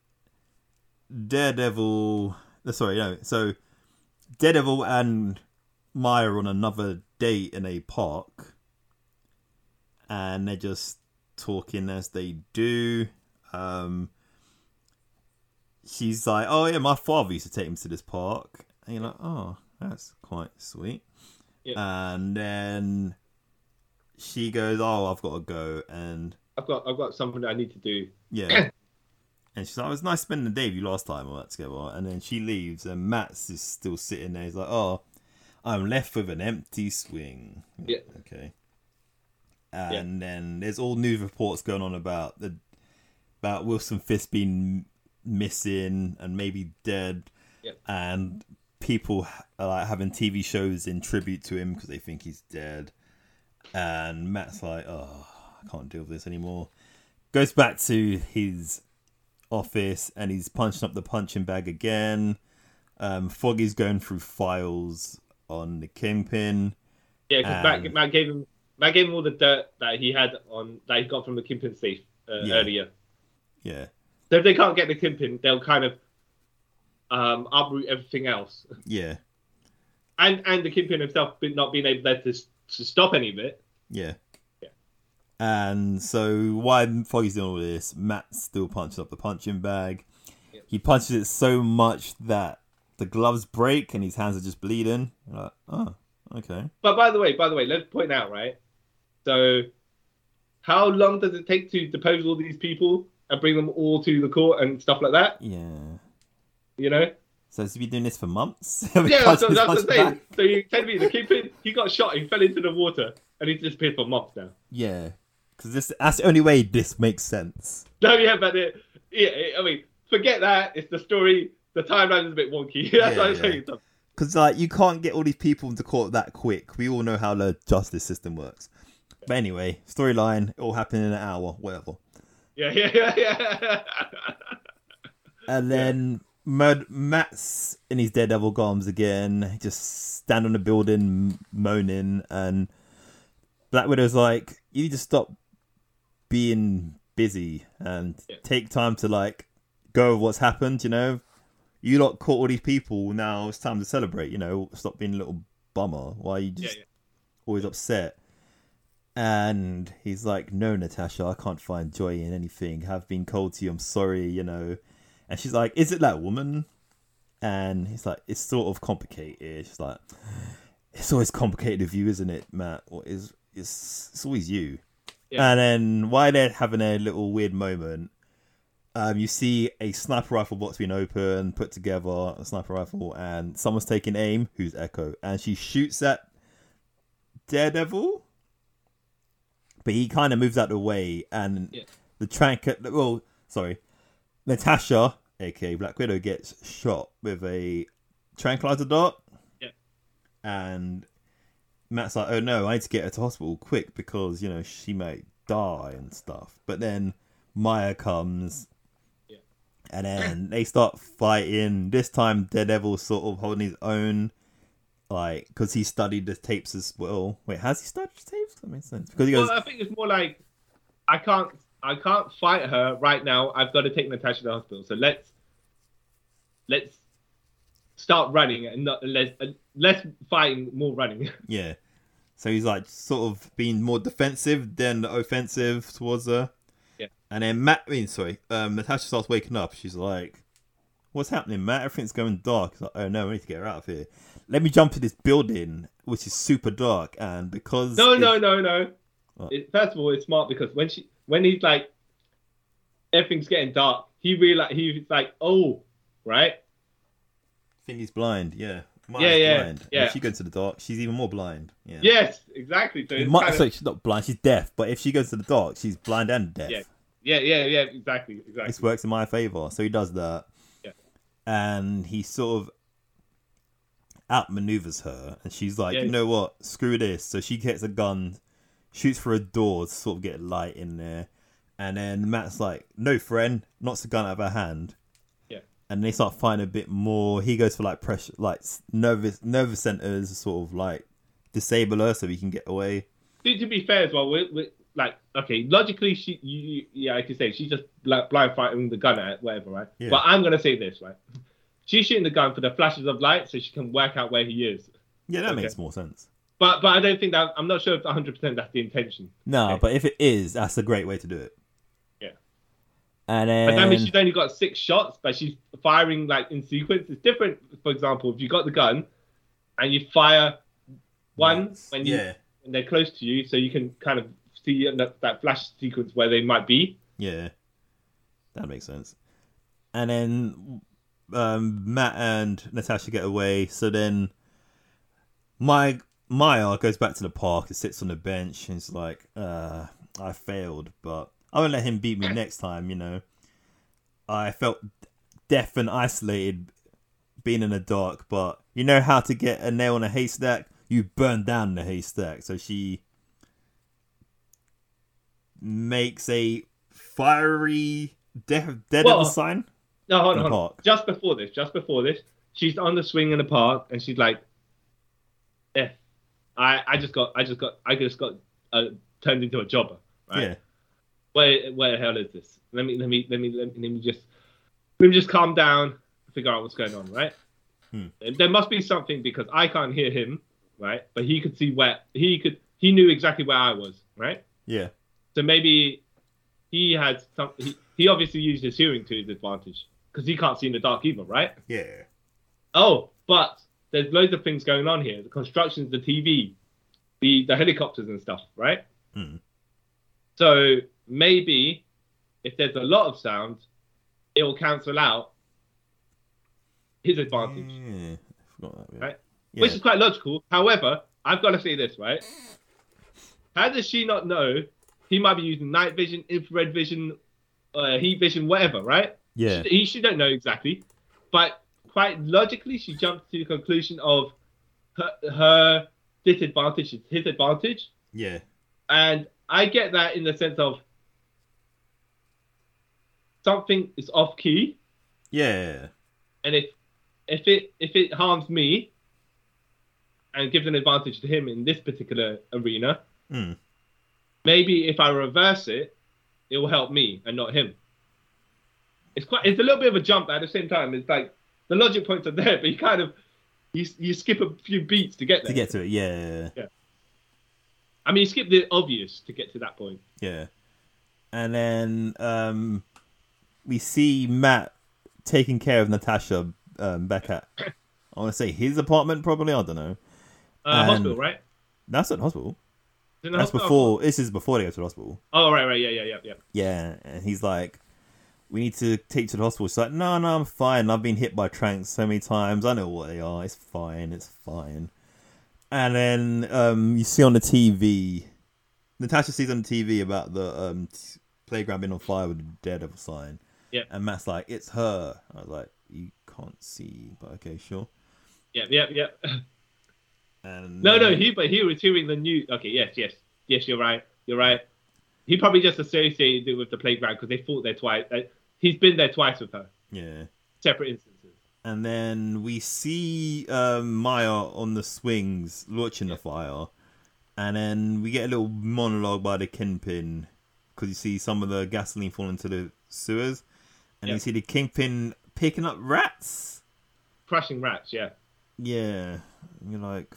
S3: Daredevil. uh, Sorry, no. So Daredevil and Maya are on another date in a park, and they're just talking as they do. Um, she's like, "Oh yeah, my father used to take him to this park," and you're like, "Oh, that's quite sweet." And then she goes, "Oh, I've got to go," and
S4: I've got, I've got something that I need to do.
S3: yeah. and she's like, it was nice spending the day with you last time we were together. And then she leaves, and Matt's is still sitting there. He's like, oh, I'm left with an empty swing.
S4: Yeah.
S3: Okay. And then there's all news reports going on about the about Wilson Fisk being missing and maybe dead,
S4: Yeah.
S3: and people are like having TV shows in tribute to him because they think he's dead. And Matt's like, oh, I can't deal with this anymore goes back to his office and he's punching up the punching bag again. Um, Foggy's going through files on the kingpin.
S4: Yeah, because Matt,
S3: And-
S4: Matt gave him Matt gave him all the dirt that he had on that he got from the Kingpin safe uh,
S3: Yeah.
S4: earlier.
S3: Yeah,
S4: So if they can't get the Kingpin, they'll kind of um, uproot everything else.
S3: yeah,
S4: And and the Kingpin himself be- not being able there to, s- to stop any of it.
S3: yeah. And so while Foggy's doing all this, Matt's still punching up the punching bag. He punches it so much that the gloves break and his hands are just bleeding. You're like, oh, okay.
S4: But by the way, by the way, let's point out right. So how long does it take to depose all these people and bring them all to the court and stuff like that?
S3: Yeah.
S4: You know.
S3: So has he been doing this for months? *laughs*
S4: Yeah, that's,
S3: Punching his
S4: that's
S3: punching
S4: the
S3: bag?
S4: thing. So you tell me the Kingpin he got shot, he fell into the water, and he's disappeared for months now. *laughs*
S3: Yeah, because this that's the only way this makes sense.
S4: No, yeah, but it, yeah, I mean, forget that. It's the story. The timeline is a bit wonky. *laughs* That's what I'm
S3: yeah.
S4: saying. So,
S3: Because like you can't get all these people into court that quick. We all know how the justice system works. But anyway, storyline. It all happened in an hour, whatever.
S4: yeah, yeah, yeah, yeah. *laughs*
S3: And then Mad Matt's in his daredevil garms again, just stand on the building moaning, and Black Widow's like, "You need to stop being busy and
S4: Yeah.
S3: take time to like go with what's happened." You know, you lot caught all these people. Now it's time to celebrate. You know, stop being a little bummer. Why are you
S4: yeah,
S3: just
S4: yeah.
S3: always upset. And he's like, No, Natasha, I can't find joy in anything. I've been cold to you. I'm sorry, you know. And she's like, Is it that woman? And he's like, It's sort of complicated. She's like, It's always complicated with you, isn't it, Matt? What is it's it's always you.
S4: Yeah.
S3: And then while they're having a little weird moment, um, you see a sniper rifle box being opened, put together, a sniper rifle, and someone's taking aim, who's Echo, and she shoots at Daredevil, but he kind of moves out of the way, and
S4: Yeah.
S3: the tranker. Well, sorry, Natasha, aka Black Widow, gets shot with a tranquilizer dart.
S4: Yeah.
S3: And Matt's like, "Oh no, I need to get her to hospital quick because you know she might die and stuff." But then Maya comes.
S4: Yeah.
S3: And then they start fighting. This time, Daredevil's sort of holding his own like because he studied the tapes as well. Wait, has he studied the tapes? That makes sense because he goes,
S4: Well, I think it's more like I can't, I can't fight her right now. I've got to take Natasha to the hospital. So let's, let's start running and not less, and less fighting, more running. *laughs*
S3: Yeah. So he's like sort of being more defensive than offensive towards her.
S4: Yeah.
S3: And then Matt, I mean, sorry, um, Natasha starts waking up. She's like, "What's happening, Matt? Everything's going dark." He's like, "Oh no, we need to get her out of here. Let me jump to this building, which is super dark." And because
S4: No,
S3: it's-
S4: no, no, no. It, first of all, it's smart because when she, when he's like, everything's getting dark. He realize he's like, oh, right,
S3: I think he's blind. Yeah. Maya's
S4: Yeah, yeah,
S3: blind. And
S4: yeah.
S3: If she goes to the dark, she's even more blind. Yeah.
S4: yes, exactly. So it's
S3: Might
S4: kind of-
S3: say she's not blind. She's deaf. But if she goes to the dark, she's blind and deaf.
S4: yeah, yeah, yeah, yeah, exactly, exactly.
S3: this works in my favor. So he does that.
S4: Yeah.
S3: And he sort of outmaneuvers her. And she's like,
S4: Yeah.
S3: you know what? Screw this. So she gets a gun, shoots for a door to sort of get light in there. And then Matt's like, no, friend, knocks the gun out of her hand.
S4: Yeah.
S3: And they start fighting a bit more. He goes for like pressure, like s- nervous, nervous centers, sort of like disable her so he can get away.
S4: See, to be fair as well, we're, we're, like okay, logically, she, you, you- yeah, like you say, she's just like blind fighting the gun at whatever, right?
S3: Yeah.
S4: But I'm gonna say this, right? She's shooting the gun for the flashes of light, so she can work out where he is.
S3: Yeah, that
S4: Okay.
S3: makes more sense.
S4: But but I don't think that I'm not sure if 100 percent that's the intention.
S3: No,
S4: Okay.
S3: but if it is, that's a great way to do it.
S4: Yeah.
S3: And then
S4: But that means she's only got six shots, but she's firing like in sequence. It's different. For example, if you got the gun and you fire one when you
S3: yeah,
S4: when they're close to you, so you can kind of see that, that flash sequence where they might be.
S3: yeah, that makes sense. And then um, Matt and Natasha get away. So then my Maya goes back to the park and sits on the bench and is like, uh, "I failed, but I won't let him beat me next time." You know, I felt deaf and isolated being in the dark, but you know how to get a nail in a haystack? You burn down the haystack. So she makes a fiery death dead
S4: Well,
S3: end sign.
S4: No, hold
S3: In
S4: on,
S3: the
S4: hold on.
S3: park.
S4: Just before this, just before this, she's on the swing in the park and she's like, "Eh, I, I just got, I just got, I just got uh, turned into a jobber." Right?
S3: Yeah.
S4: Where, where the hell is this? Let me, let me, let me, let me, let me just, let me just calm down, figure out what's going on, right?
S3: Hmm.
S4: There- There must be something because I can't hear him, right? But he could see where he could, he knew exactly where I was, right?
S3: Yeah.
S4: So maybe he had some. He, he obviously used his hearing to his advantage because he can't see in the dark either, right?
S3: Yeah.
S4: Oh, but there's loads of things going on here. The constructions, the TV, the the helicopters and stuff, right? So maybe if there's a lot of sound, it will cancel out his advantage,
S3: Yeah. Forgot that, yeah.
S4: right?
S3: Yeah.
S4: Which is quite logical. However, I've got to say this, right? How does she not know he might be using night vision, infrared vision, uh, heat vision, whatever, right?
S3: Yeah.
S4: She, he, she don't know exactly, but quite logically, she jumped to the conclusion of her, her disadvantage is his advantage,
S3: Yeah.
S4: and I get that in the sense of something is off key,
S3: Yeah.
S4: and if if it if it harms me and gives an advantage to him in this particular arena,
S3: Hmm.
S4: maybe if I reverse it, it will help me and not him. It's quite it's a little bit of a jump but at the same time. It's like the logic points are there, *laughs* but you kind of you you skip a few beats to get there.
S3: To get to it, yeah.
S4: I mean, you skip the obvious to get to that point.
S3: Yeah. And then um we see Matt taking care of Natasha um, back at I wanna say his apartment probably, I don't know.
S4: Uh,
S3: And-
S4: hospital, right?
S3: That's at the hospital.
S4: Is it the
S3: Um, That's
S4: hospital?
S3: before this is before they go to the hospital.
S4: Oh, right, right, yeah, yeah, yeah, yeah.
S3: Yeah, and he's like, "We need to take you to the hospital." She's like, "No, no, I'm fine. I've been hit by tranks so many times. I know what they are. It's fine. It's fine." And then um, you see on the TV, Natasha sees on the TV about the um, t- playground being on fire with the daredevil sign.
S4: Yeah.
S3: and Matt's like, "It's her." I was like, "You can't see, but okay, sure."
S4: Yeah, yeah, yeah.
S3: And
S4: No, no,
S3: uh,
S4: he but he was hearing the new. Okay, yes, yes, yes. You're right. You're right. He probably just associated it with the playground because they fought there twice. Uh, he's been there twice with her,
S3: yeah.
S4: separate instances.
S3: And then we see um, Maya on the swings launching the fire. And then we get a little monologue by the Kingpin because you see some of the gasoline fall into the sewers. And
S4: Yeah.
S3: you see the Kingpin picking up rats.
S4: crushing rats. Yeah,
S3: Yeah, and you're like,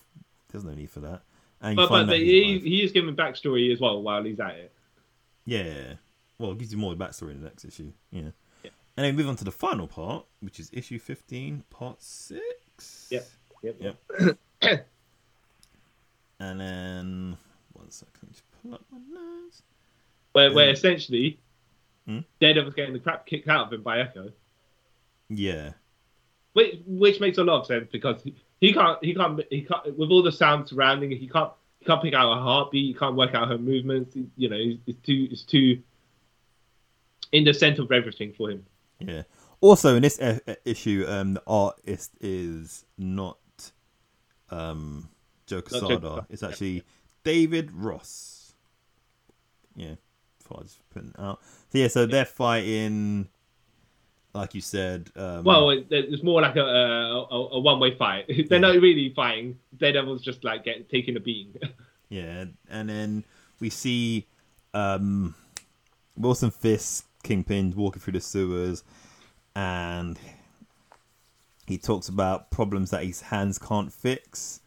S3: there's no need for that. And you
S4: but but
S3: find out
S4: they, e-
S3: he's
S4: he
S3: alive.
S4: he is giving backstory as well while he's at it. e-
S3: yeah, well, it gives you more backstory in the next issue. Yeah, and then we move on to the final part, which is issue 15, part six.
S4: Yep. Yep.
S3: Yep. And then one second, just pull up my notes.
S4: Where where essentially,
S3: Hmm?
S4: Daredevil's getting the crap kicked out of him by Echo,
S3: Yeah,
S4: which which makes a lot of sense because he, he can't he can't he can't with all the sound surrounding it, he can't he can't pick out her heartbeat. He can't work out her movements. he- you know, it's, it's too it's too in the center of everything for him.
S3: yeah. Also, in this e- e- issue, um, the artist is not um Joe
S4: Joe
S3: Quesada.
S4: Quesada.
S3: It's actually David Ross. Yeah, thought I just putting it out. So yeah, so they're fighting, like you said. Um,
S4: Well, it, it's more like a a, a, a one way fight. *laughs* They're not really fighting. Daredevil's just like getting taking a beating. *laughs*
S3: Yeah, and then we see um, Wilson Fisk, Kingpin, walking through the sewers, and he talks about problems that his hands can't fix.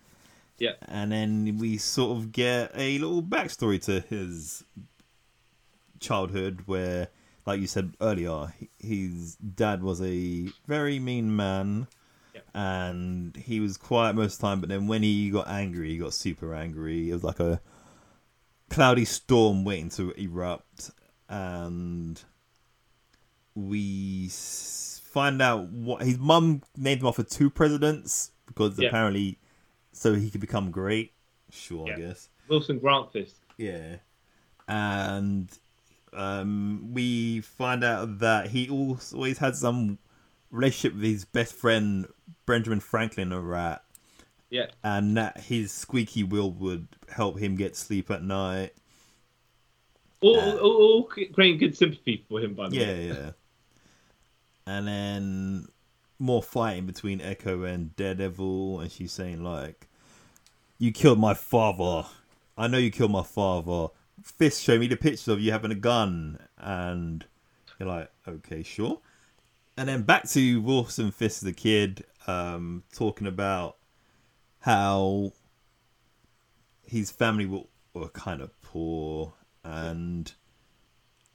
S4: yeah.
S3: And then we sort of get a little backstory to his childhood, where, like you said earlier, h- his dad was a very mean man.
S4: Yep.
S3: And he was quiet most of the time, but then when he got angry, he got super angry. It was like a cloudy storm waiting to erupt, and we s- find out what his mum named him after two presidents because
S4: Yeah.
S3: apparently so he could become great. Sure,
S4: Yeah.
S3: I guess.
S4: Wilson Grant Fist.
S3: Yeah. And um, we find out that he always, always had some relationship with his best friend Benjamin Franklin, a rat,
S4: Yeah.
S3: and that his squeaky wheel would help him get sleep at night.
S4: All, all, all creating good sympathy for him, by the
S3: Yeah,
S4: way.
S3: yeah. And then more fighting between Echo and Daredevil, and she's saying like, "You killed my father. I know you killed my father. Fist, show me the pictures of you having a gun." And you're like, "Okay, sure." And then back to Wilson Fisk, the kid, um, talking about how his family were, were kind of poor and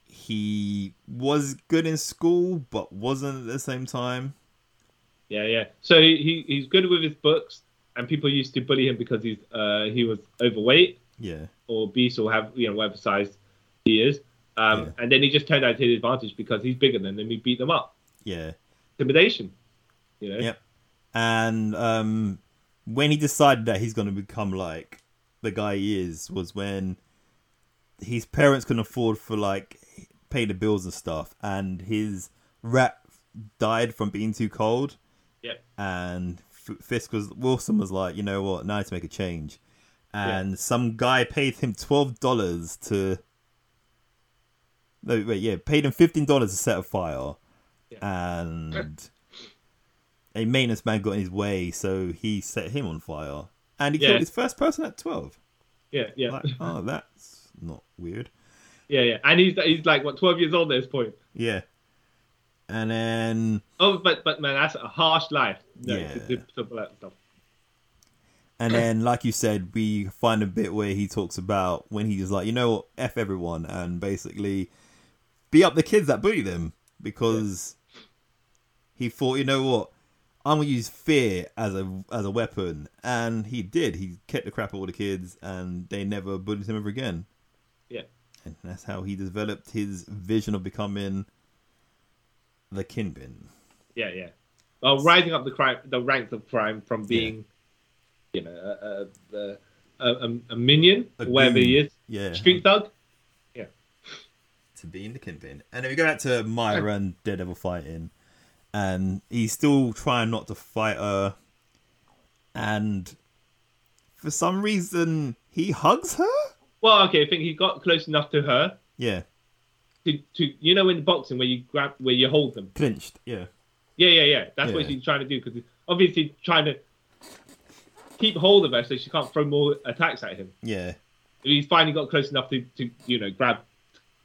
S3: he was good in school but wasn't at the same time.
S4: Yeah, yeah. So he, he's good with his books, and people used to bully him because he's uh, he was overweight
S3: Yeah.
S4: or obese or have you know whatever size he is. Um, And then he just turned out to his advantage because he's bigger than them. He beat them up.
S3: Yeah.
S4: Intimidation. You know.
S3: Yep. And um when he decided that he's gonna become like the guy he is was when his parents couldn't afford for like pay the bills and stuff and his rat died from being too cold.
S4: Yeah.
S3: and F- Fisk was Wilson was like, you know what, now I need to make a change, and some guy paid him twelve dollars to. No, wait, yeah, paid him fifteen dollars to set a fire, and a maintenance man got in his way, so he set him on fire, and he
S4: Yeah.
S3: killed his first person at twelve.
S4: Yeah. Yeah.
S3: Like, oh, that's not weird.
S4: *laughs* Yeah. Yeah. And he's he's like what twelve years old at this point.
S3: Yeah, and then
S4: Oh, but but man, that's a harsh life. No,
S3: Yeah.
S4: to do some of that stuff.
S3: And then, like you said, we find a bit where he talks about when he's just like, you know what, F everyone, and basically beat up the kids that bully them because he thought, you know what, I'm going to use fear as a as a weapon. And he did. He kicked the crap out of all the kids, and they never bullied him ever again.
S4: Yeah.
S3: And that's how he developed his vision of becoming the Kinbin.
S4: Yeah, yeah. Well, rising up the crime, the ranks of crime from being, you know, a, a, a, a, a minion,
S3: A
S4: wherever he
S3: goon.
S4: is,
S3: Yeah.
S4: street thug. Yeah,
S3: to be in the Kinbin. And then we go back to Myra and Daredevil fighting, and he's still trying not to fight her. And for some reason, he hugs her.
S4: Well, okay. I think he got close enough to her
S3: Yeah,
S4: to, to you know, in boxing where you grab, where you hold them.
S3: clinched. Yeah,
S4: Yeah, yeah, yeah. That's what
S3: Yeah.
S4: she's trying to do because obviously trying to keep hold of her so she can't throw more attacks at him.
S3: yeah,
S4: He's finally got close enough to, to you know, grab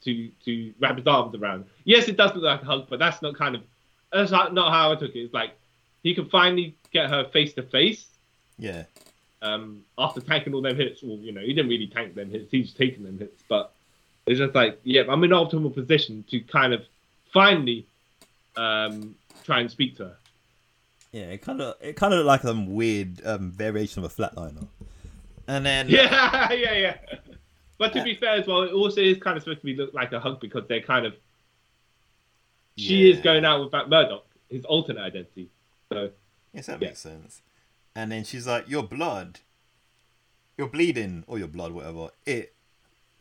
S4: to to wrap his arms around. Yes, it does look like a hug, but that's not kind of that's not, not how I took it. It's like he can finally get her face to face.
S3: Yeah.
S4: Um, after tanking all them hits, well, you know, he didn't really tank them hits. He's taking them hits, but it's just like, yeah, I'm in an optimal position to kind of finally um, try and speak to her. *laughs*
S3: Yeah, it kind of it kind of looked like some weird um, variation of a flatliner. And then
S4: Yeah, yeah, yeah. But to be fair as well, it also is kind of supposed to be look like a hug because they're kind of. She is
S3: Yeah.
S4: going out with Matt Murdock, his alternate identity. So
S3: Yes, that
S4: Yeah.
S3: makes sense. And then she's like, "Your blood, you're bleeding, or your blood, whatever." It,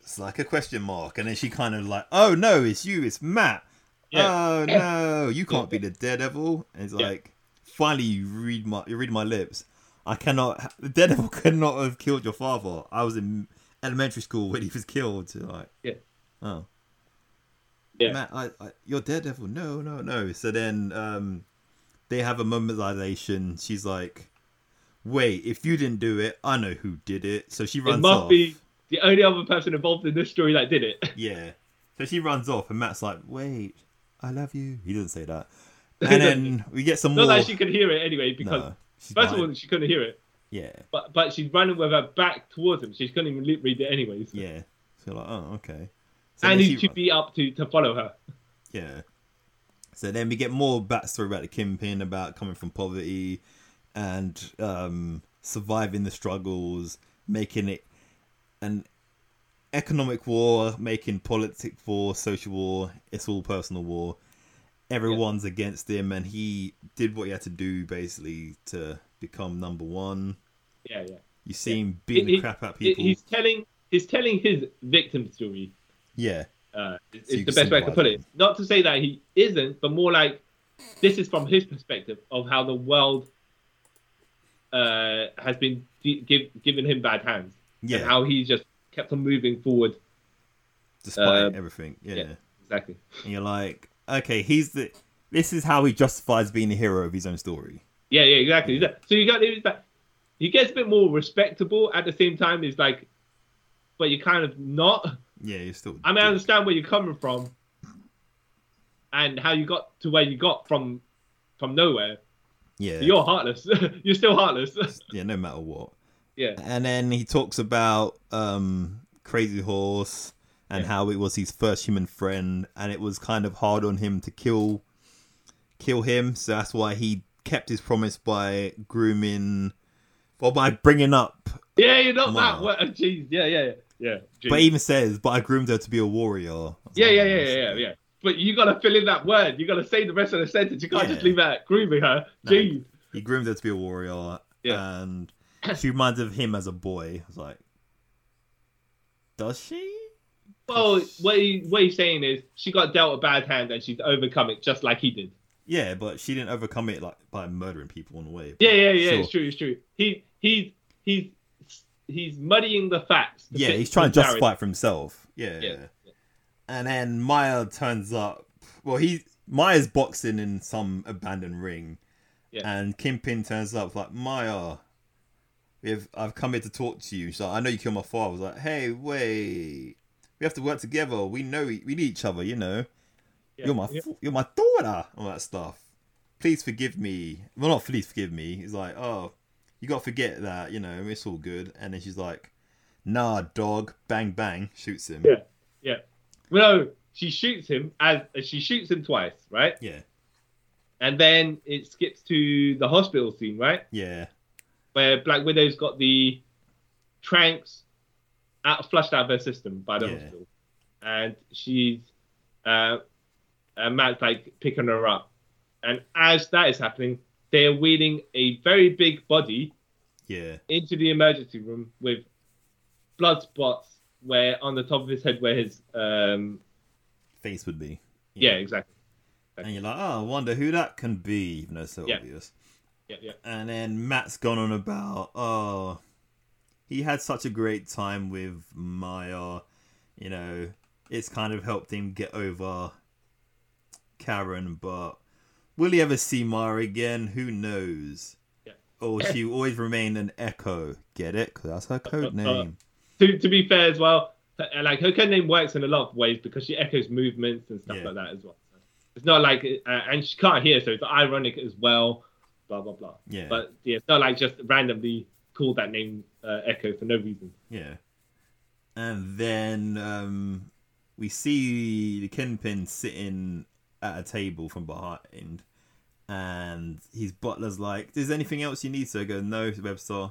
S3: it's like a question mark. And then she kind of like, "Oh no, it's you, it's Matt.
S4: Yeah.
S3: Oh no, you can't be
S4: Yeah.
S3: the daredevil." And it's
S4: Yeah.
S3: like, finally, you read my, you read my lips. I cannot. The daredevil *laughs* could not have killed your father. I was in elementary school when he was killed. So, Like,
S4: Yeah.
S3: Oh.
S4: Yeah.
S3: Matt, I, I, you're Daredevil. No, no, no. So then um, they have a momentization. She's like, wait, if you didn't do it, I know who did it. So she runs
S4: it must
S3: off.
S4: be the only other person involved in this story that did it. *laughs*
S3: Yeah. So she runs off, and Matt's like, wait, I love you. He doesn't say
S4: *laughs*
S3: that. And then we get some
S4: Not
S3: more.
S4: that she could hear it anyway, because
S3: no, she's
S4: first of
S3: blind.
S4: all, she couldn't hear it,
S3: yeah,
S4: but but she's running with her back towards him. She couldn't even read it anyways.
S3: yeah. So you're like, oh, okay. So then
S4: And he
S3: she
S4: should be up to, to follow her.
S3: Yeah. So then we get more backstory about the Kingpin, about coming from poverty and um, surviving the struggles, making it an economic war, making politic war, social war. It's all personal war. Everyone's against him, and he did what he had to do basically to become number one.
S4: Yeah, yeah.
S3: You see him beating
S4: He-
S3: the crap out of
S4: he-
S3: people.
S4: He's telling he's telling his victim story.
S3: yeah,
S4: uh, is
S3: So you
S4: the
S3: can
S4: best way I can put it. Not to say that he isn't, but more like this is from his perspective of how the world uh, has been gi- give, giving him bad hands and
S3: Yeah.
S4: how he's just kept on moving forward.
S3: despite
S4: uh,
S3: everything.
S4: Yeah,
S3: yeah.
S4: exactly.
S3: and you're like, okay, he's the. This is how he justifies being the hero of his own story.
S4: Yeah, yeah, exactly. So you got it's like, he gets a bit more respectable at the same time. It's like, but you're kind of not.
S3: Yeah, you're still.
S4: I mean, I understand where you're coming from and how you got to where you got from from nowhere.
S3: yeah,
S4: You're heartless. *laughs* you're still heartless. *laughs*
S3: yeah, no matter what.
S4: yeah.
S3: And then he talks about um, Crazy Horse and
S4: Yeah.
S3: how it was his first human friend, and it was kind of hard on him to kill, kill him. So that's why he kept his promise by grooming, or by bringing up.
S4: Yeah, you're not
S3: Wow.
S4: that. Well, jeez, yeah, yeah, yeah, yeah.
S3: But he even says, "But I groomed her to be a warrior." I was
S4: yeah,
S3: like,
S4: yeah,
S3: "Oh,
S4: yeah, yeah,
S3: shit."
S4: yeah, yeah. But you gotta fill in that word. You gotta say the rest of the sentence. You can't just
S3: Yeah.
S4: leave out grooming her. Jeez.
S3: He groomed her to be a warrior,
S4: Yeah. *clears throat*
S3: and she reminds of him as a boy. I was like, does she?
S4: Well, what, he, what he's saying is she got dealt a bad hand and she's overcome it just like he did.
S3: Yeah, but she didn't overcome it like by murdering people on the way.
S4: Yeah, yeah, yeah. It's
S3: Sure.
S4: true. It's true. He he's he's he's muddying the facts. to
S3: Yeah,
S4: fit
S3: he's trying to
S4: the narrative.
S3: justify it for himself. Yeah.
S4: Yeah.
S3: And then Maya turns up. Well, he Maya's boxing in some abandoned ring,
S4: Yeah.
S3: and Kimpin turns up like Maya. We have, I've come here to talk to you. She's like, I know you killed my father. I was like, hey, wait, we have to work together. We know e- we need each other. You know,
S4: Yeah,
S3: you're my
S4: yeah.
S3: f- you're my daughter. All that stuff. Please forgive me. Well, not please forgive me. He's like, oh, you gotta forget that. You know, it's all good. And then she's like, nah, dog. Bang bang, shoots him.
S4: Yeah. yeah. Well, no, she shoots him as she shoots him twice, right?
S3: Yeah.
S4: And then it skips to the hospital scene, right?
S3: Yeah.
S4: where Black Widow's got the tranks out, flushed out of her system by the
S3: Yeah.
S4: hospital, and she's uh, and Matt's like picking her up, and as that is happening, they are wheeling a very big body
S3: Yeah.
S4: into the emergency room with blood spots where on the top of his head where his um
S3: Face would be.
S4: yeah, exactly
S3: And you're like, oh, I wonder who that can be, even though it's so
S4: Yeah.
S3: obvious.
S4: yeah yeah
S3: And then Matt's gone on about, oh, he had such a great time with Maya. You know, it's kind of helped him get over Karen, but will he ever see Maya again? Who knows?
S4: Yeah.
S3: Or she will always remain an echo. Get it? 'Cause that's her
S4: Uh,
S3: code name.
S4: to, to be fair as well, her- like her code name works in a lot of ways because she echoes movements and stuff
S3: Yeah.
S4: uh, like that as well. It's not like, uh, and she can't hear, so it's ironic as well. blah blah blah.
S3: Yeah.
S4: But yeah, it's not like just randomly called that name uh, Echo for no reason.
S3: Yeah. And then um, we see the Kingpin sitting at a table from behind, and his butler's like, "Is there anything else you need?" So I go, "No, Webster.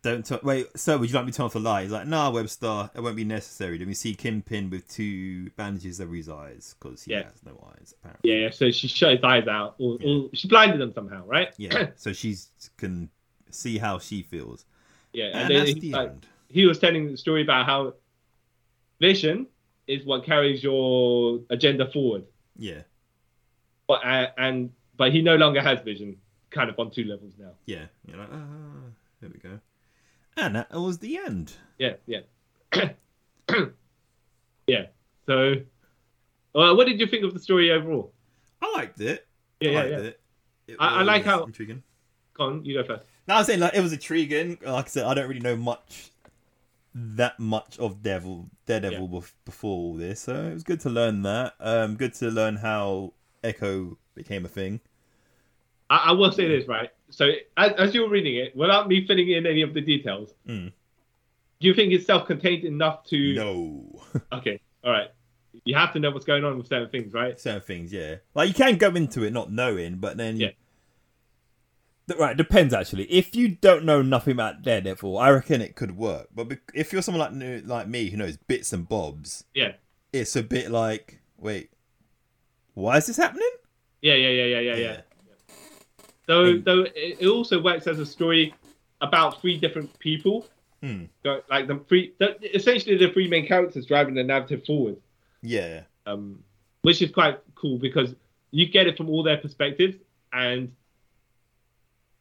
S3: Don't t- wait, sir. Would you like me to tell him for lie?" He's like, "Nah, Webster. It won't be necessary." Then we see Kingpin with two bandages over his eyes because he
S4: Yeah.
S3: has no eyes apparently.
S4: Yeah, yeah, so she shut his eyes out, or, or she blinded him somehow, right?
S3: Yeah. so she can see how she feels,
S4: yeah, and,
S3: and,
S4: then
S3: that's
S4: he's
S3: the
S4: like-
S3: end.
S4: he was telling the story about how vision is what carries your agenda forward,
S3: Yeah.
S4: but uh, and but he no longer has vision, kind of on two levels now.
S3: Yeah. You're like, ah, there we go. And that was the end.
S4: Yeah, yeah, *coughs* yeah. So, well, what did you think of the story overall?
S3: I liked it.
S4: Yeah,
S3: I
S4: yeah,
S3: liked
S4: yeah.
S3: it. It
S4: I- I like
S3: was
S4: how-
S3: intriguing.
S4: Con, you go first.
S3: No, I'm saying like it was intriguing. Like I said, I don't really know much, that much of Devil Daredevil bef- before all this, so it was good to learn that. Um, good to learn how Echo became a thing.
S4: I, I will say this, right? So, as, as you're reading it, without me filling in any of the details,
S3: Mm.
S4: do you think it's self-contained enough to?
S3: No,
S4: Okay, all right. You have to know what's going on with certain things, right?
S3: certain things, yeah. Like you can go into it not knowing, but then
S4: Yeah.
S3: Th- Right, depends actually. If you don't know nothing about Daredevil, I reckon it could work. But bec- if you're someone like new- like me who knows bits and bobs,
S4: Yeah.
S3: it's a bit like, wait, why is this happening?
S4: Yeah, yeah, yeah, yeah, yeah, yeah. Though,
S3: Mm.
S4: though it it also works as a story about three different people.
S3: Mm.
S4: Go- Like the three, the, essentially the three main characters driving the narrative forward,
S3: yeah,
S4: um, which is quite cool because you get it from all their perspectives. And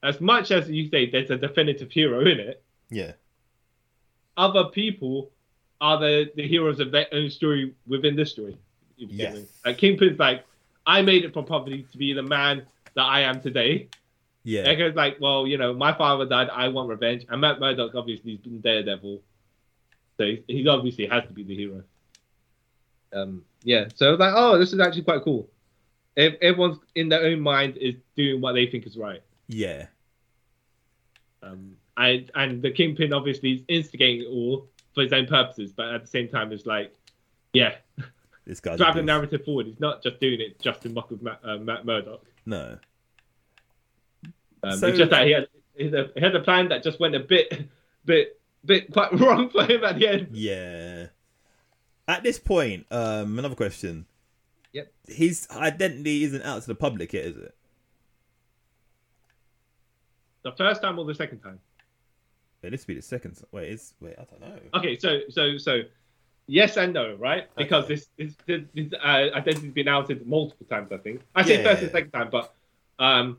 S4: as much as you say there's a definitive hero in it,
S3: yeah,
S4: other people are the, the heroes of their own story within this story. if you get
S3: Yes.
S4: me. Like Kingpin's like, I made it from poverty to be the man that I am today.
S3: yeah,
S4: Echo's like, well, you know, my father died. I want revenge. And Matt Murdock obviously has been Daredevil, so he, he obviously has to be the hero. Um, yeah. So I was like, oh, this is actually quite cool. If everyone's in their own mind is doing what they think is right.
S3: yeah,
S4: Um, I and the Kingpin obviously is instigating it all for his own purposes, but at the same time, it's like, yeah,
S3: This guy's a
S4: drive the
S3: beast.
S4: narrative forward. He's not just doing it just to mock with Matt, uh, Matt Murdock.
S3: No,
S4: Um,
S3: So-
S4: it's just that he had, he had a- he had a plan that just went a bit, bit, bit quite *laughs* wrong for him at the end.
S3: yeah. At this point, um, another question.
S4: Yep.
S3: His identity isn't out to the public yet, is it?
S4: The first time or the second time?
S3: Wait, this would be the second. s- Wait, it's wait. I don't know.
S4: Okay, so so so, yes and no, right? Because
S3: Okay.
S4: this this, this, this uh, identity's been outed multiple times, I think. I
S3: Yeah,
S4: say first
S3: yeah,
S4: and second time, but um,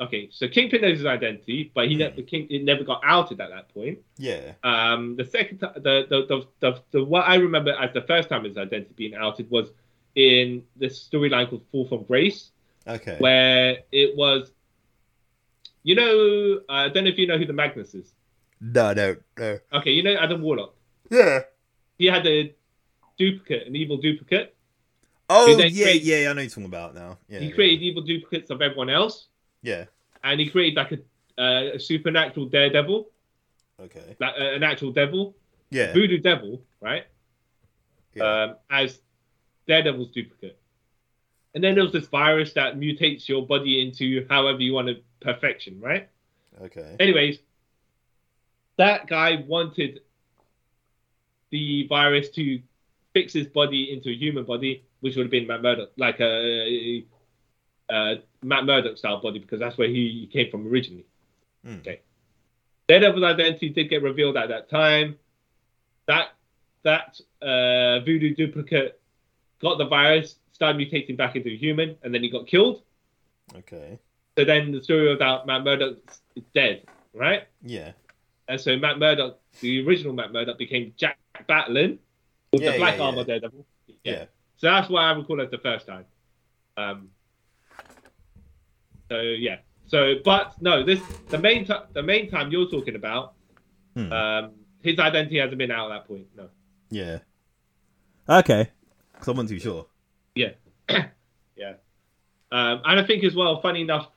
S4: okay. So Kingpin knows his identity, but he
S3: Hmm.
S4: never King it never got outed at that point.
S3: Yeah,
S4: Um, the second ti- the the, the the the what I remember as the first time his identity being outed was in this storyline called Fall from Grace.
S3: okay.
S4: where it was, you know, I don't know if you know who the Magnus is.
S3: No, no, no.
S4: Okay, you know Adam Warlock.
S3: Yeah.
S4: He had a duplicate, an evil duplicate.
S3: Oh,
S4: Who they
S3: yeah,
S4: create-
S3: yeah. I know what you're talking about now. Yeah,
S4: he
S3: yeah,
S4: created evil duplicates of everyone else,
S3: Yeah.
S4: and he created like a, uh, a supernatural daredevil,
S3: Okay.
S4: like uh, an actual devil,
S3: Yeah.
S4: voodoo devil, right?
S3: Yeah.
S4: Um, as Daredevil's duplicate. And then there was this virus that mutates your body into however you want to perfection, right?
S3: okay.
S4: Anyways, that guy wanted the virus to fix his body into a human body, which would have been Matt Murdock, like a, uh Matt Murdock style body, because that's where he came from originally.
S3: Hmm.
S4: Okay. Daredevil's identity did get revealed at that time. That that uh, voodoo duplicate got the virus, started mutating back into a human, and then he got killed.
S3: Okay.
S4: So then the story about Matt Murdock is dead, right?
S3: Yeah.
S4: And so Matt Murdock, the original Matt Murdock, became Jack Batlin with
S3: Yeah,
S4: the black
S3: yeah,
S4: armor
S3: yeah.
S4: Daredevil. Yeah.
S3: Yeah.
S4: So that's why I recall it the first time. Um. So yeah. So but no, this the main ti the main time you're talking about.
S3: Hmm.
S4: Um, his identity hasn't been out at that point. No.
S3: Yeah. Okay. Because I'm not too sure.
S4: Yeah. yeah. Um, and I think as well, funny enough,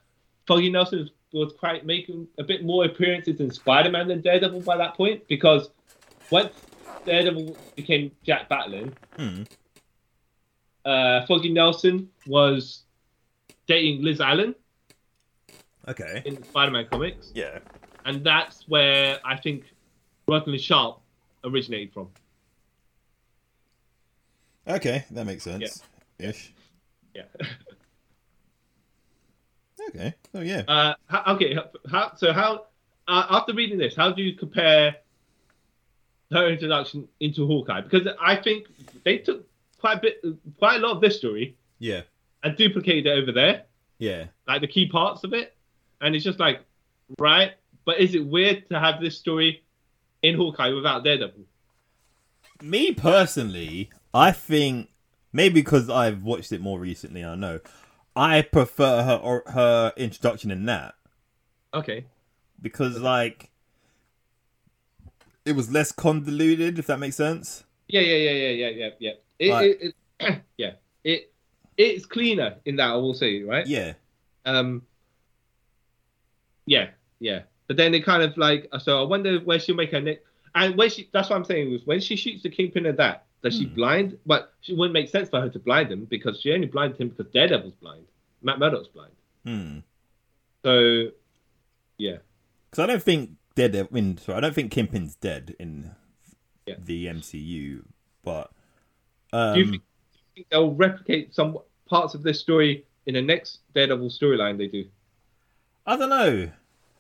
S4: Foggy Nelson was quite making a bit more appearances in Spider-Man than Daredevil by that point because once Daredevil became Jack Batlin, uh, Foggy Nelson was dating Liz Allen
S3: Okay.
S4: in the Spider-Man comics,
S5: Yeah.
S4: and that's where I think Rodney Sharp originated from.
S3: Okay, that makes sense. Ish.
S4: Yeah. *laughs*
S3: Okay. Oh yeah.
S4: Uh, how, okay. How, so how uh, after reading this, how do you compare her introduction into Hawkeye? Because I think they took quite a bit, quite a lot of this story
S3: Yeah.
S4: and duplicated it over there,
S3: Yeah.
S4: like the key parts of it, and it's just like, right? But is it weird to have this story in Hawkeye without Daredevil?
S3: Me personally, I think maybe because I've watched it more recently, I know I prefer her or her introduction in that
S4: Okay.
S3: because like it was less convoluted, if that makes sense.
S4: Yeah, yeah, yeah, yeah, yeah, yeah, yeah. It,
S3: Right.
S4: it, it, *clears throat* yeah. It it's cleaner in that I will say, right?
S3: Yeah.
S4: Um. Yeah, yeah. But then it kind of like so. I wonder where she'll make her next. And when she, that's what I'm saying was when she shoots the kingpin of that, does
S3: Hmm.
S4: she blind? But she wouldn't make sense for her to blind him because she only blinded him because Daredevil's blind, Matt Murdock's blind.
S3: Hmm.
S4: So, yeah,
S3: Because I don't think dead. I mean, sorry, I don't think Kimpin's dead in
S4: Yeah.
S3: the MCU, but
S4: do you
S3: um,
S4: think, do you think they'll replicate some parts of this story in the next Daredevil storyline they do?
S3: I don't know,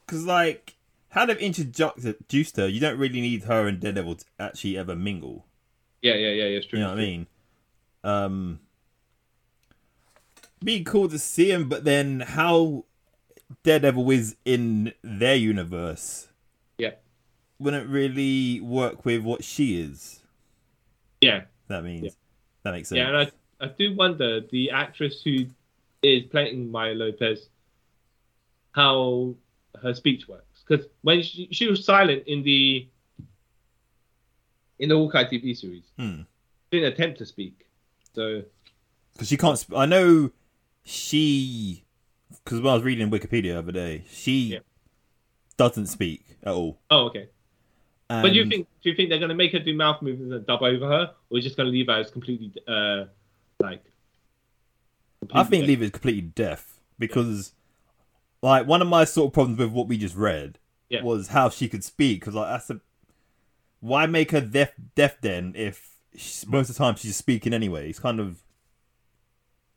S3: because like how they've introduced her, you don't really need her and Daredevil to actually ever mingle.
S4: Yeah, yeah, yeah, yeah. It's true.
S3: You know what I mean? Um, be cool to see him, but then how Daredevil is in their universe
S4: Yeah,
S3: wouldn't really work with what she is.
S4: yeah.
S3: That means
S4: Yeah.
S3: that makes sense.
S4: Yeah, and I, I do wonder the actress who is playing Maya Lopez, how her speech works because when she, she was silent in the in the Hawkeye TV series,
S3: Hmm.
S4: she didn't attempt to speak. So
S3: because she can't. Sp- I know she because when I was reading Wikipedia the other day, she
S4: Yeah.
S3: doesn't speak at all.
S4: oh okay. But do you
S3: And
S4: think do you think they're gonna make her do mouth movements and dub over her, or just gonna leave her as completely uh like?
S3: I think
S4: completely-
S3: Leave is completely deaf because, like, one of my sort of problems with what we just read
S4: Yeah.
S3: was how she could speak. Because like that's a why make her deaf deaf then if sh most of the time she's speaking anyway. It's kind of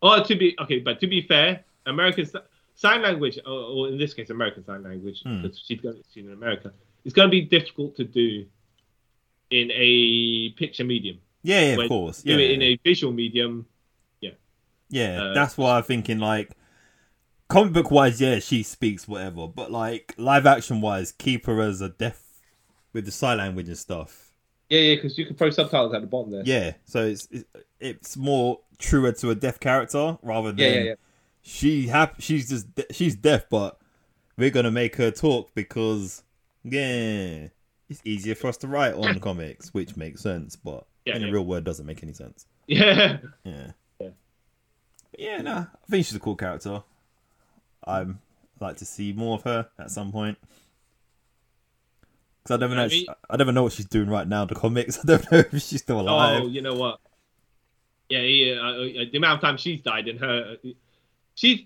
S4: Oh, to be okay, but to be fair, American si- sign language, or, or in this case, American sign language,
S3: Hmm.
S4: because she's going she's in America, it's going to be difficult to do in a picture medium.
S3: yeah, yeah
S4: When
S3: of course,
S4: you
S3: yeah,
S4: do it in a visual medium.
S3: yeah.
S4: uh,
S3: that's why I'm thinking like. Comic book wise, yeah, she speaks whatever, but like live action wise, keep her as a deaf with the sign language and stuff.
S4: Yeah, yeah, because you can throw subtitles at the bottom there.
S3: Yeah, so it's it's- it's more truer to a deaf character rather than
S4: yeah, yeah, yeah.
S3: she hap- she's just de- she's deaf, but we're gonna make her talk because yeah, it's easier for us to write on comics, which makes sense, but
S4: Yeah,
S3: in the
S4: yeah.
S3: real world doesn't make any sense.
S4: *laughs* yeah.
S3: Yeah,
S4: Yeah.
S3: But yeah, nah, I think she's a cool character. I'm like to see more of her at some point. Cause I never know.
S4: I mean-
S3: I never know what she's doing right now. in The comics. *laughs* I don't know if she's still alive.
S4: Oh, you know what? Yeah, yeah. I, I, the amount of time she's died in her, she's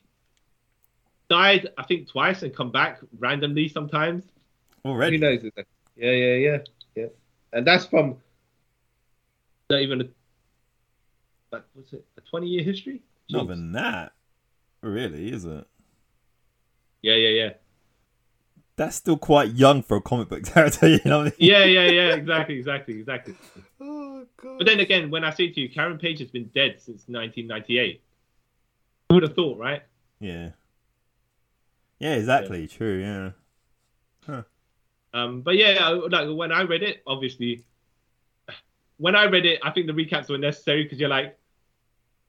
S4: died I think twice and come back randomly sometimes.
S3: Already.
S4: Who knows? Isn't it? Yeah, yeah, yeah, yeah. And that's from not even a like what's it a twenty year history?
S3: Not
S4: Jeez.
S3: than that, really, is it?
S4: Yeah, yeah, yeah,
S3: That's still quite young for a comic book *laughs* character, you know? What I mean?
S4: yeah, yeah, yeah. Exactly, exactly, exactly. But then again, when I say to you, Karen Page has been dead since 1998. Who would have thought, right?
S3: Yeah. Yeah, exactly. True. Yeah.
S4: Um, but yeah, I- like when I read it, obviously, when I read it, I think the recaps were necessary because you're like,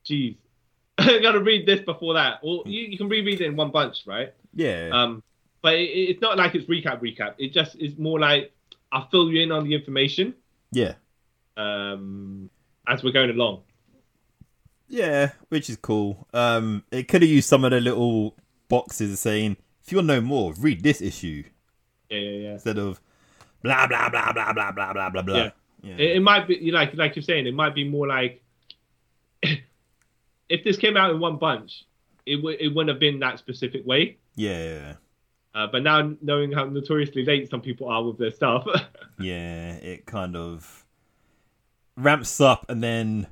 S4: geez, *laughs* I gotta read this before that, or you, you can reread it in one bunch, right?
S3: Yeah.
S4: Um, but it, it- it's not like it's recap recap. It just is more like I'll fill you in on the information
S3: yeah.
S4: um, as we're going along.
S3: Yeah, which is cool. Um, it could have used some of the little boxes saying, if you want to know more, read this issue
S4: yeah, yeah, yeah.
S3: instead of blah, blah, blah, blah, blah, blah, blah, blah, blah.
S4: Yeah. It, it might be you like like you're saying, it might be more like *laughs* if this came out in one bunch, it would it wouldn't have been that specific way.
S3: Yeah.
S4: Uh, but now knowing how notoriously late some people are with their stuff, *laughs*
S3: Yeah. It kind of ramps up and then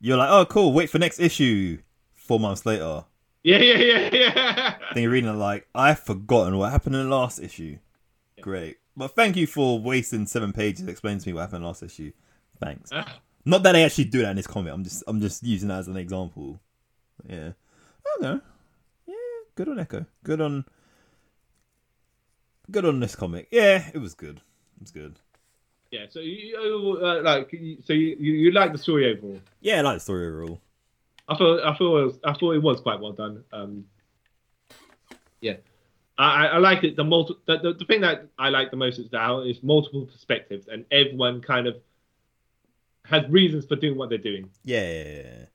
S3: you're like, oh, cool, wait for next issue. Four months later.
S4: yeah, yeah, yeah, yeah. *laughs*
S3: Then you're reading it like, I've forgotten what happened in the last issue. Great. Well, thank you for wasting seven pages explaining to me what happened last issue. Thanks. Not that I actually do that in this comic. I'm just I'm just using that as an example. Yeah. I don't know. Yeah. Good on Echo. Good on. Good on this comic. Yeah, it was good. It was good.
S4: yeah. So you uh, like you- so you, you you like the story overall.
S3: Yeah, I like the story overall.
S4: I thought I thought it was, I thought it was quite well done. Um, yeah, I, I- I like it. The, multi, the, the the thing that I like the most is now is multiple perspectives, and everyone kind of has reasons for doing what they're doing.
S3: Yeah.
S4: And,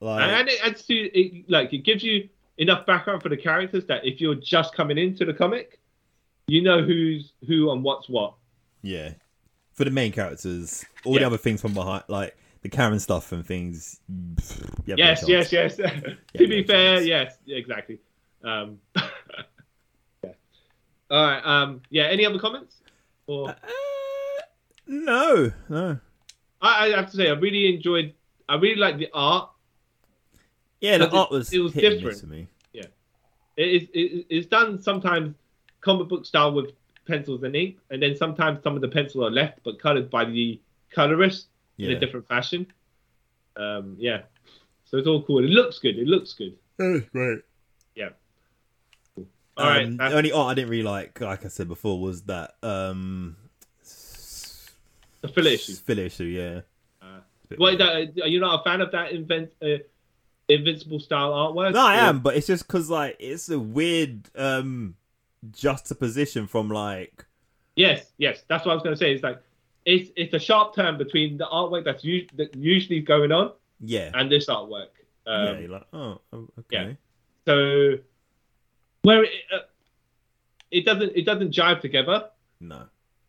S3: Like
S4: and it adds to it, like it gives you enough background for the characters that if you're just coming into the comic, you know who's who and what's what.
S3: yeah. For the main characters, all the
S4: Yeah.
S3: other things from behind, like the Karen stuff and things. you have no
S4: Yes,
S3: chance.
S4: yes, yes. *laughs* to be
S3: makes
S4: fair,
S3: sense.
S4: yes, yeah, exactly. Um, *laughs* yeah. All right. Um, yeah. Any other comments?
S3: Uh,
S4: Or
S3: No, no.
S4: I, I have to say, I really enjoyed. I really like the art.
S3: Yeah, the
S4: But it-
S3: art was
S4: it was
S3: hit and
S4: different.
S3: miss for me.
S4: It is. It, it's done sometimes comic book style with pencils and ink, and then sometimes some of the pencils are left but colored by the colorist in
S3: Yeah.
S4: a different fashion. Um, yeah. So it's all cool. It looks good. It looks good.
S3: right.
S4: Yeah. All right.
S3: um,
S4: that's
S3: The only art I didn't really like, like I said before, was that um
S4: the filler issue.
S3: filler issue. Yeah. Bit
S4: Well,
S3: weird.
S4: that, are you not a fan of that invent, uh, invincible style artwork?
S3: No, I
S4: Or-
S3: am, but it's just because like it's a weird um juxtaposition from like
S4: Yes, yes, that's what I was going to say. It's like it's it's a sharp turn between the artwork that's u- that usually going on
S3: yeah,
S4: and this artwork. Um,
S3: yeah, you're like oh o- okay,
S4: So where it, uh, it doesn't it doesn't jive together.
S3: no,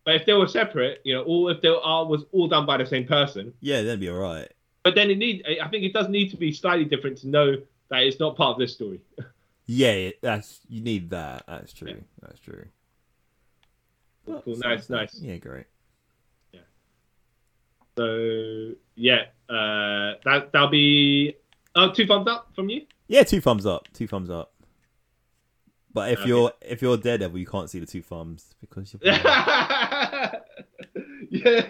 S4: But if they were separate, you know, all if their art was all done by the same person,
S3: yeah, that'd be all right.
S4: but then it need I think it does need to be slightly different to know that it's not part of this story.
S3: Yeah, yeah, that's you need that. That's true. That's true.
S4: cool, nice, nice.
S3: Yeah, great.
S4: So yeah, uh, that that'll be oh two thumbs up from you. *laughs*
S3: Yeah, two thumbs up. Two thumbs up. But if
S4: Okay.
S3: you're if you're Daredevil, you can't see the two thumbs because you're.
S4: *laughs*
S3: blind.
S4: yeah, yeah,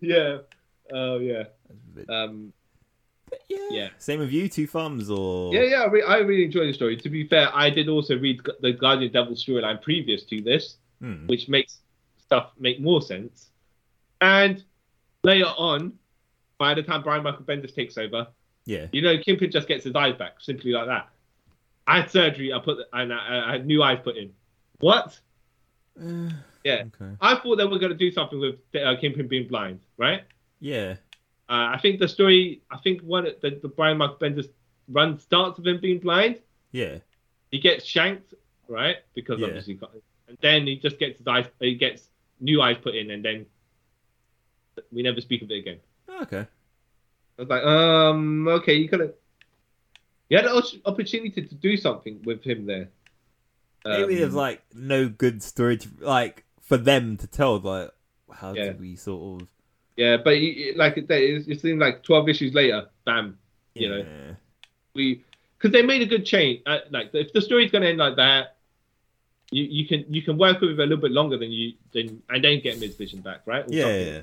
S4: yeah. Oh yeah. Um, yeah.
S3: Same with you, two thumbs or
S4: Yeah, yeah, I, re- I really enjoyed the story. To be fair, I did also read Gu- the Guardian Devil storyline previous to this,
S3: Hmm.
S4: which makes stuff make more sense. And later on, by the time Brian Michael Bendis takes over,
S3: yeah,
S4: you know, Kimpin just gets his eyes back simply like that. I had surgery. I put and I, I had new eyes put in. What? yeah,
S3: Uh, okay.
S4: I thought they were going to do something with uh, Kimpin being blind, right?
S3: yeah,
S4: Uh, I think the story, I think one of the, the Brian Michael Bendis run starts with him being blind.
S3: yeah,
S4: He gets shanked, right? Because
S3: Yeah.
S4: obviously, he got, and then he just gets his eyes, he gets new eyes put in, and then we never speak of it again.
S3: Oh, okay,
S4: I was like, um, okay, you could have, you had an op- opportunity to do something with him there.
S3: maybe there's
S4: Um,
S3: like no good story to, like for them to tell like how
S4: Yeah.
S3: do we sort of
S4: yeah, but he, like it, it seemed like twelve issues later, bam, you know.
S3: Yeah.
S4: we because they made a good change. Uh, like if the story's going to end like that, you, you can you can work with it a little bit longer than you than and then get Ms. Vision back, right? Or
S3: yeah,
S4: something.
S3: yeah,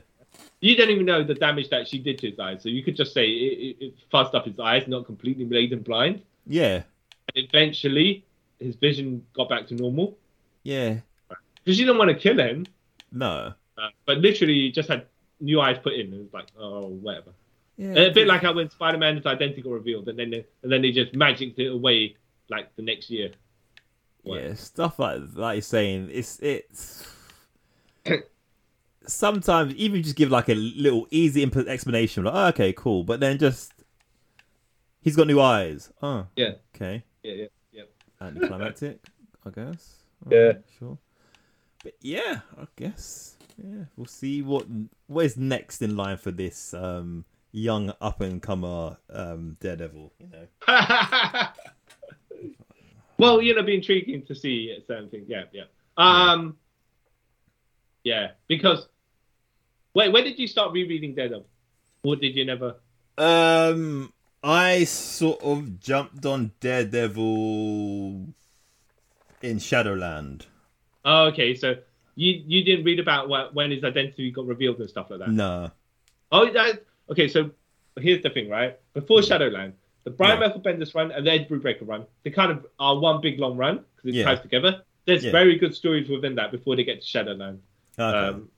S4: You don't even know the damage that she did to his eyes, so you could just say it, it, it fussed up his eyes, not completely made him blind.
S3: yeah,
S4: And eventually, his vision got back to normal
S3: yeah,
S4: because you didn't want to kill him,
S3: no,
S4: uh, but literally you just had new eyes put in. It was like oh whatever.
S3: yeah,
S4: A bit like how when Spider-Man's identity got revealed, and then they, and then they just magicked it away like the next year.
S3: yeah, stuff like like you're saying. It's it's sometimes even just give like a little easy imp- explanation, like oh, okay, cool, but then just he's got new eyes. Oh,
S4: Yeah.
S3: okay,
S4: yeah, yeah, yeah.
S3: anticlimactic, I guess. I'm
S4: Yeah.
S3: not sure. But yeah, I guess. Yeah, we'll see what what is next in line for this um, young up and comer um, Daredevil. You know,
S4: *laughs* well, you know, it'd be intriguing to see certain things. Yeah, yeah. Um, yeah, because wait, when did you start rereading Daredevil? Or did you never?
S3: Um, I sort of jumped on Daredevil in Shadowland.
S4: Oh, okay, so you you didn't read about wh- when his identity got revealed and stuff like that.
S3: No,
S4: Oh, that okay. So here's the thing, right? Before Shadowland, the Brian
S3: Mm-hmm. Yeah.
S4: Michael Bendis run and the Ed Brubaker run, they kind of are one big long run because it
S3: Yeah.
S4: ties together. There's
S3: Yeah.
S4: very good stories within that before they get to Shadowland.
S3: okay.
S4: Um,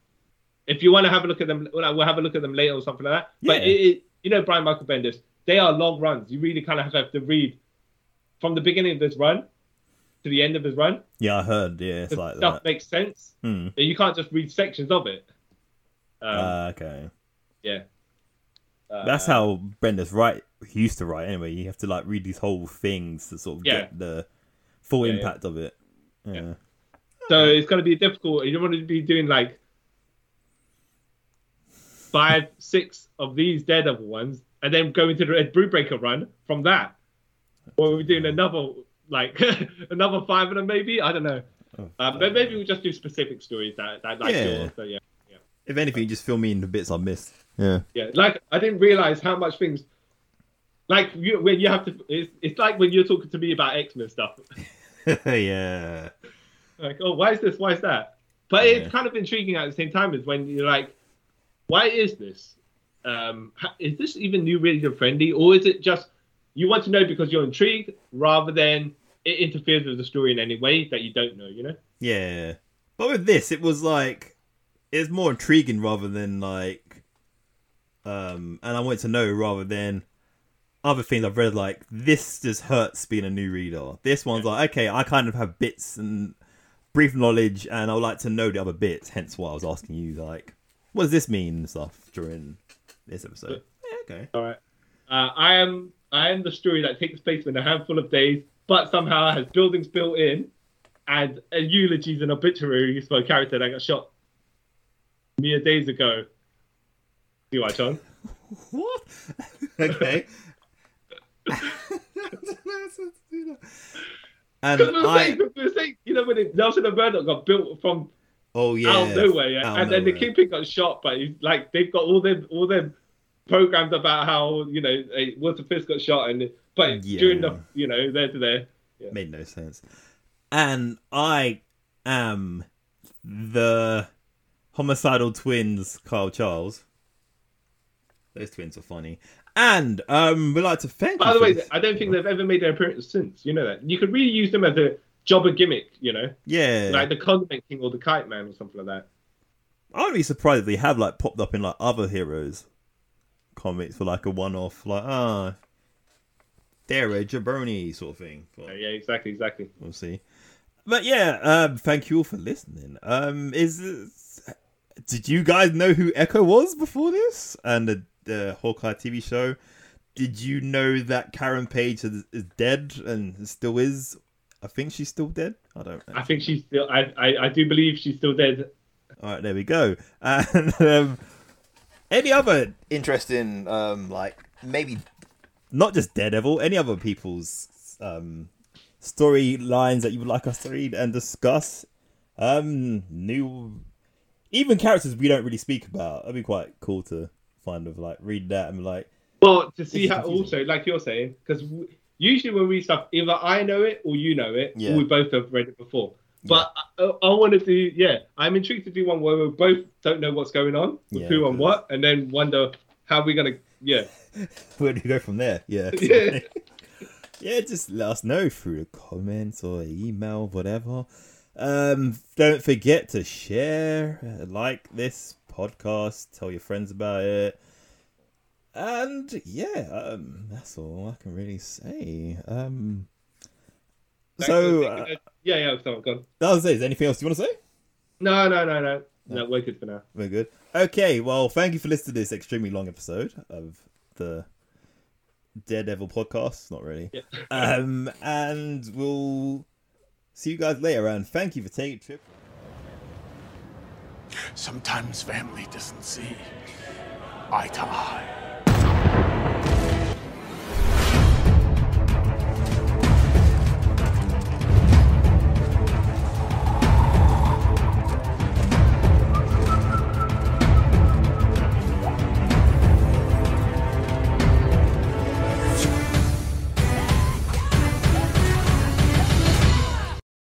S4: if you want to have a look at them, well, we'll have a look at them later or something like that. But
S3: Yeah.
S4: it, it, you know, Brian Michael Bendis, they are long runs. You really kind of have to read from the beginning of this run to the end of his run.
S3: yeah, I heard. Yeah, it's
S4: The
S3: like
S4: stuff
S3: that.
S4: makes sense.
S3: Hmm.
S4: You can't just read sections of it. Um,
S3: Ah, okay,
S4: yeah. Uh,
S3: that's how Brenda's right used to write. Anyway, you have to like read these whole things to sort of
S4: Yeah.
S3: get the full
S4: Yeah, yeah.
S3: impact of it. Yeah.
S4: So it's going to be difficult. You don't want to be doing like five, six of these Daredevil ones, and then go into the Red Brewbreaker run from that. Or we're doing another like *laughs* another five of them, maybe. I don't know. Uh, but maybe we'll just do specific stories that that like
S3: Yeah.
S4: yours. So yeah,
S3: If anything, just fill me in the bits I missed. *laughs* Yeah.
S4: yeah. Like I didn't realize how much things. Like you, when you have to, it's, it's like when you're talking to me about X-Men stuff. *laughs*
S3: yeah.
S4: like, oh, why is this? Why is that? But it's
S3: Yeah.
S4: kind of intriguing at the same time is when you're like, why is this? Um, ha- is this even new reader friendly, or is it just you want to know because you're intrigued rather than it interferes with the story in any way that you don't know? You know?
S3: Yeah. But with this, it was like it's more intriguing rather than like um and I want to know rather than other things I've read like this just hurts being a new reader. This one's like, okay, I kind of have bits and brief knowledge and I would like to know the other bits, hence why I was asking you like, what does this mean and stuff during this episode? Yeah, okay.
S4: All right. Uh, I am I am the story that takes place in a handful of days, but somehow has buildings built in, and uh, eulogies and obituaries for a character that got shot mere days ago. See why, John?
S3: What? *laughs* Okay. *laughs* and
S4: Because we were
S3: I,
S4: saying, we were saying, you know, when it, Nelson and Murdoch got built from
S3: oh yeah,
S4: out of nowhere, yeah?
S3: out of
S4: and then the
S3: nowhere.
S4: kingpin got shot, but he's like they've got all them all them programs about how you know eh, Walter Fisk got shot, and but
S3: Yeah.
S4: during the you know there to there,
S3: made no sense. And I am the homicidal twins, Kyle Charles. Those twins were funny. And um, we'd like to thank.
S4: By
S3: you
S4: the
S3: for
S4: way,
S3: this-
S4: I don't think they've ever made an appearance since. You know that you could really use them as a jobber gimmick. You know,
S3: yeah,
S4: like the Condiment King or the Kite Man or something like that.
S3: I wouldn't be surprised if they have like popped up in like other heroes comics for like a one off, like ah, they're a jabroni sort of thing.
S4: So,
S3: But
S4: yeah, exactly, exactly.
S3: we'll see. But yeah, um, thank you all for listening. Um, is this- did you guys know who Echo was before this and the, the Hawkeye TV show? Did you know that Karen Page is, is dead and still is? I think she's still dead. I don't. know.
S4: I think she's still. I, I I do believe she's still dead.
S3: All right, there we go. And *laughs* um, any other interesting, um, like maybe not just Daredevil, any other people's um, storylines that you would like us to read and discuss? Um, new, even characters we don't really speak about. That'd be quite cool to find of like read that and be like,
S4: Well, to see
S3: is
S4: how
S3: confusing.
S4: also like you're saying because usually when we read stuff, either I know it or you know it.
S3: Yeah.
S4: Or we both have read it before. But I, I want to do yeah. I'm intrigued to do one where we both don't know what's going on, with
S3: Yeah,
S4: who and
S3: because-
S4: what, and then wonder how we're gonna yeah.
S3: *laughs* where do you go from there? Yeah.
S4: Yeah.
S3: *laughs* yeah, just let us know through the comments or email, whatever. Um, don't forget to share, uh, like this podcast, tell your friends about it. And yeah, um, that's all I can really say. Um, so uh,
S4: yeah, yeah, sorry, go on.
S3: that was it. Is there anything else you want to say?
S4: No, no, no, no. No, we're good for now.
S3: We're good. Okay, well, thank you for listening to this extremely long episode of the Daredevil podcast. Not really. Um, and we'll see you guys later. And thank you for taking a trip.
S7: Sometimes family doesn't see eye to eye.